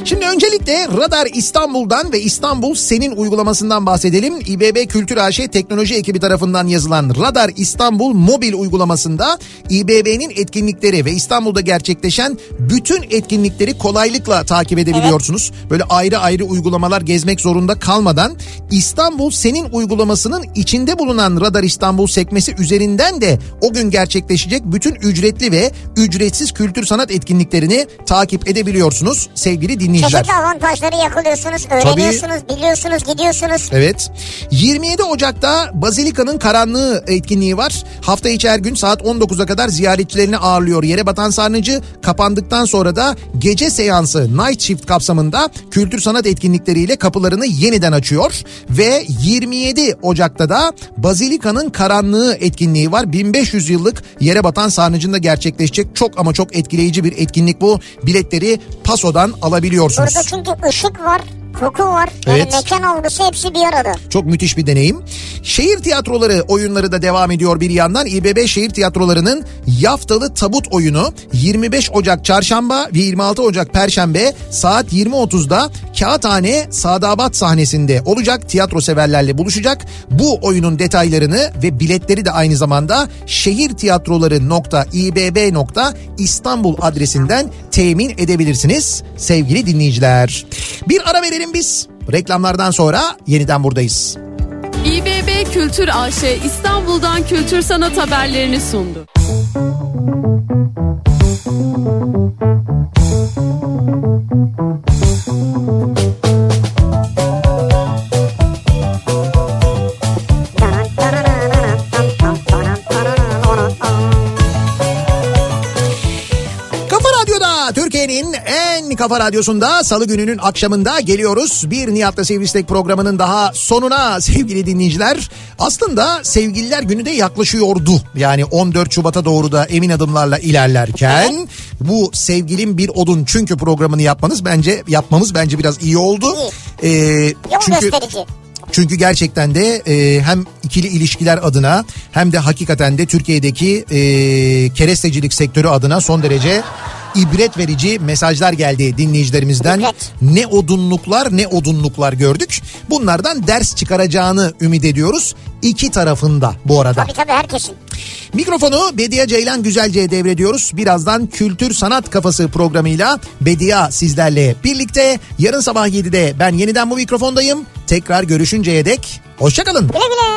S1: Şimdi öncelikle Radar İstanbul'dan ve İstanbul Senin uygulamasından bahsedelim. İBB Kültür AŞ teknoloji ekibi tarafından yazılan Radar İstanbul mobil uygulamasında İBB'nin etkinlikleri ve İstanbul'da gerçekleşen bütün etkinlikleri kolaylıkla takip edebiliyorsunuz. Böyle ayrı ayrı uygulamalar gezmek zorunda kalmadan İstanbul Senin uygulamasının içinde bulunan Radar İstanbul sekmesi üzerinden de o gün gerçekleşecek bütün ücretli ve ücretsiz kültür sanat etkinliklerini takip edebiliyorsunuz sevgili dinleyiciler.
S2: Çeşitli avantajları yakalıyorsunuz, öğreniyorsunuz, biliyorsunuz, gidiyorsunuz.
S1: Evet. 27 Ocak'ta Bazilika'nın karanlığı etkinliği var. Hafta içi her gün saat 19'a kadar ziyaretçilerini ağırlıyor. Yere batan sarnıcı kapandıktan sonra da gece seansı Night Shift kapsamında kültür sanat etkinlikleriyle kapılarını yeniden açıyor. Ve 27 Ocak'ta da Bazilika'nın karanlığı etkinliği var. 1500 yıllık yere batan sarnıcında gerçekleşecek çok ama çok etkileyici bir etkinlik bu. Biletleri Paso'dan alabiliyorsunuz.
S2: Burada çünkü ışık var, koku var. Yani
S1: Evet.
S2: mekan algısı hepsi bir arada.
S1: Çok müthiş bir deneyim. Şehir tiyatroları oyunları da devam ediyor bir yandan. İBB Şehir Tiyatroları'nın Yaftalı Tabut oyunu 25 Ocak Çarşamba ve 26 Ocak Perşembe saat 20.30'da Kağıthane Sadabat sahnesinde olacak. Tiyatro severlerle buluşacak. Bu oyunun detaylarını ve biletleri de aynı zamanda şehirtiyatroları.ibb.istanbul adresinden temin edebilirsiniz sevgili dinleyiciler. Bir ara verelim biz. Reklamlardan sonra yeniden buradayız.
S3: İBB Kültür AŞ İstanbul'dan kültür sanat haberlerini sundu.
S1: Kafa Radyo'da Türkiye'nin en kafa radyosunda salı gününün akşamında geliyoruz. Bir Nihat'la Sivrisinek programının daha sonuna sevgili dinleyiciler. Aslında sevgililer günü de yaklaşıyordu. Yani 14 Şubat'a doğru da emin adımlarla ilerlerken bu sevgilim bir odun çünkü programını yapmanız bence yapmamız bence biraz iyi oldu. Ee,
S2: Yol
S1: çünkü
S2: gösterici.
S1: çünkü gerçekten de e, hem ikili ilişkiler adına hem de hakikaten de Türkiye'deki e, kerestecilik sektörü adına son derece ibret verici mesajlar geldi dinleyicilerimizden.
S2: İbret.
S1: Ne odunluklar ne odunluklar gördük. Bunlardan ders çıkaracağını ümit ediyoruz. İki tarafında bu arada.
S2: Tabii tabii herkesin.
S1: Mikrofonu Bediye Ceylan Güzelce'ye devrediyoruz. Birazdan Kültür Sanat Kafası programıyla Bedia sizlerle birlikte. Yarın sabah 7'de ben yeniden bu mikrofondayım. Tekrar görüşünceye dek hoşçakalın.
S2: Güle güle.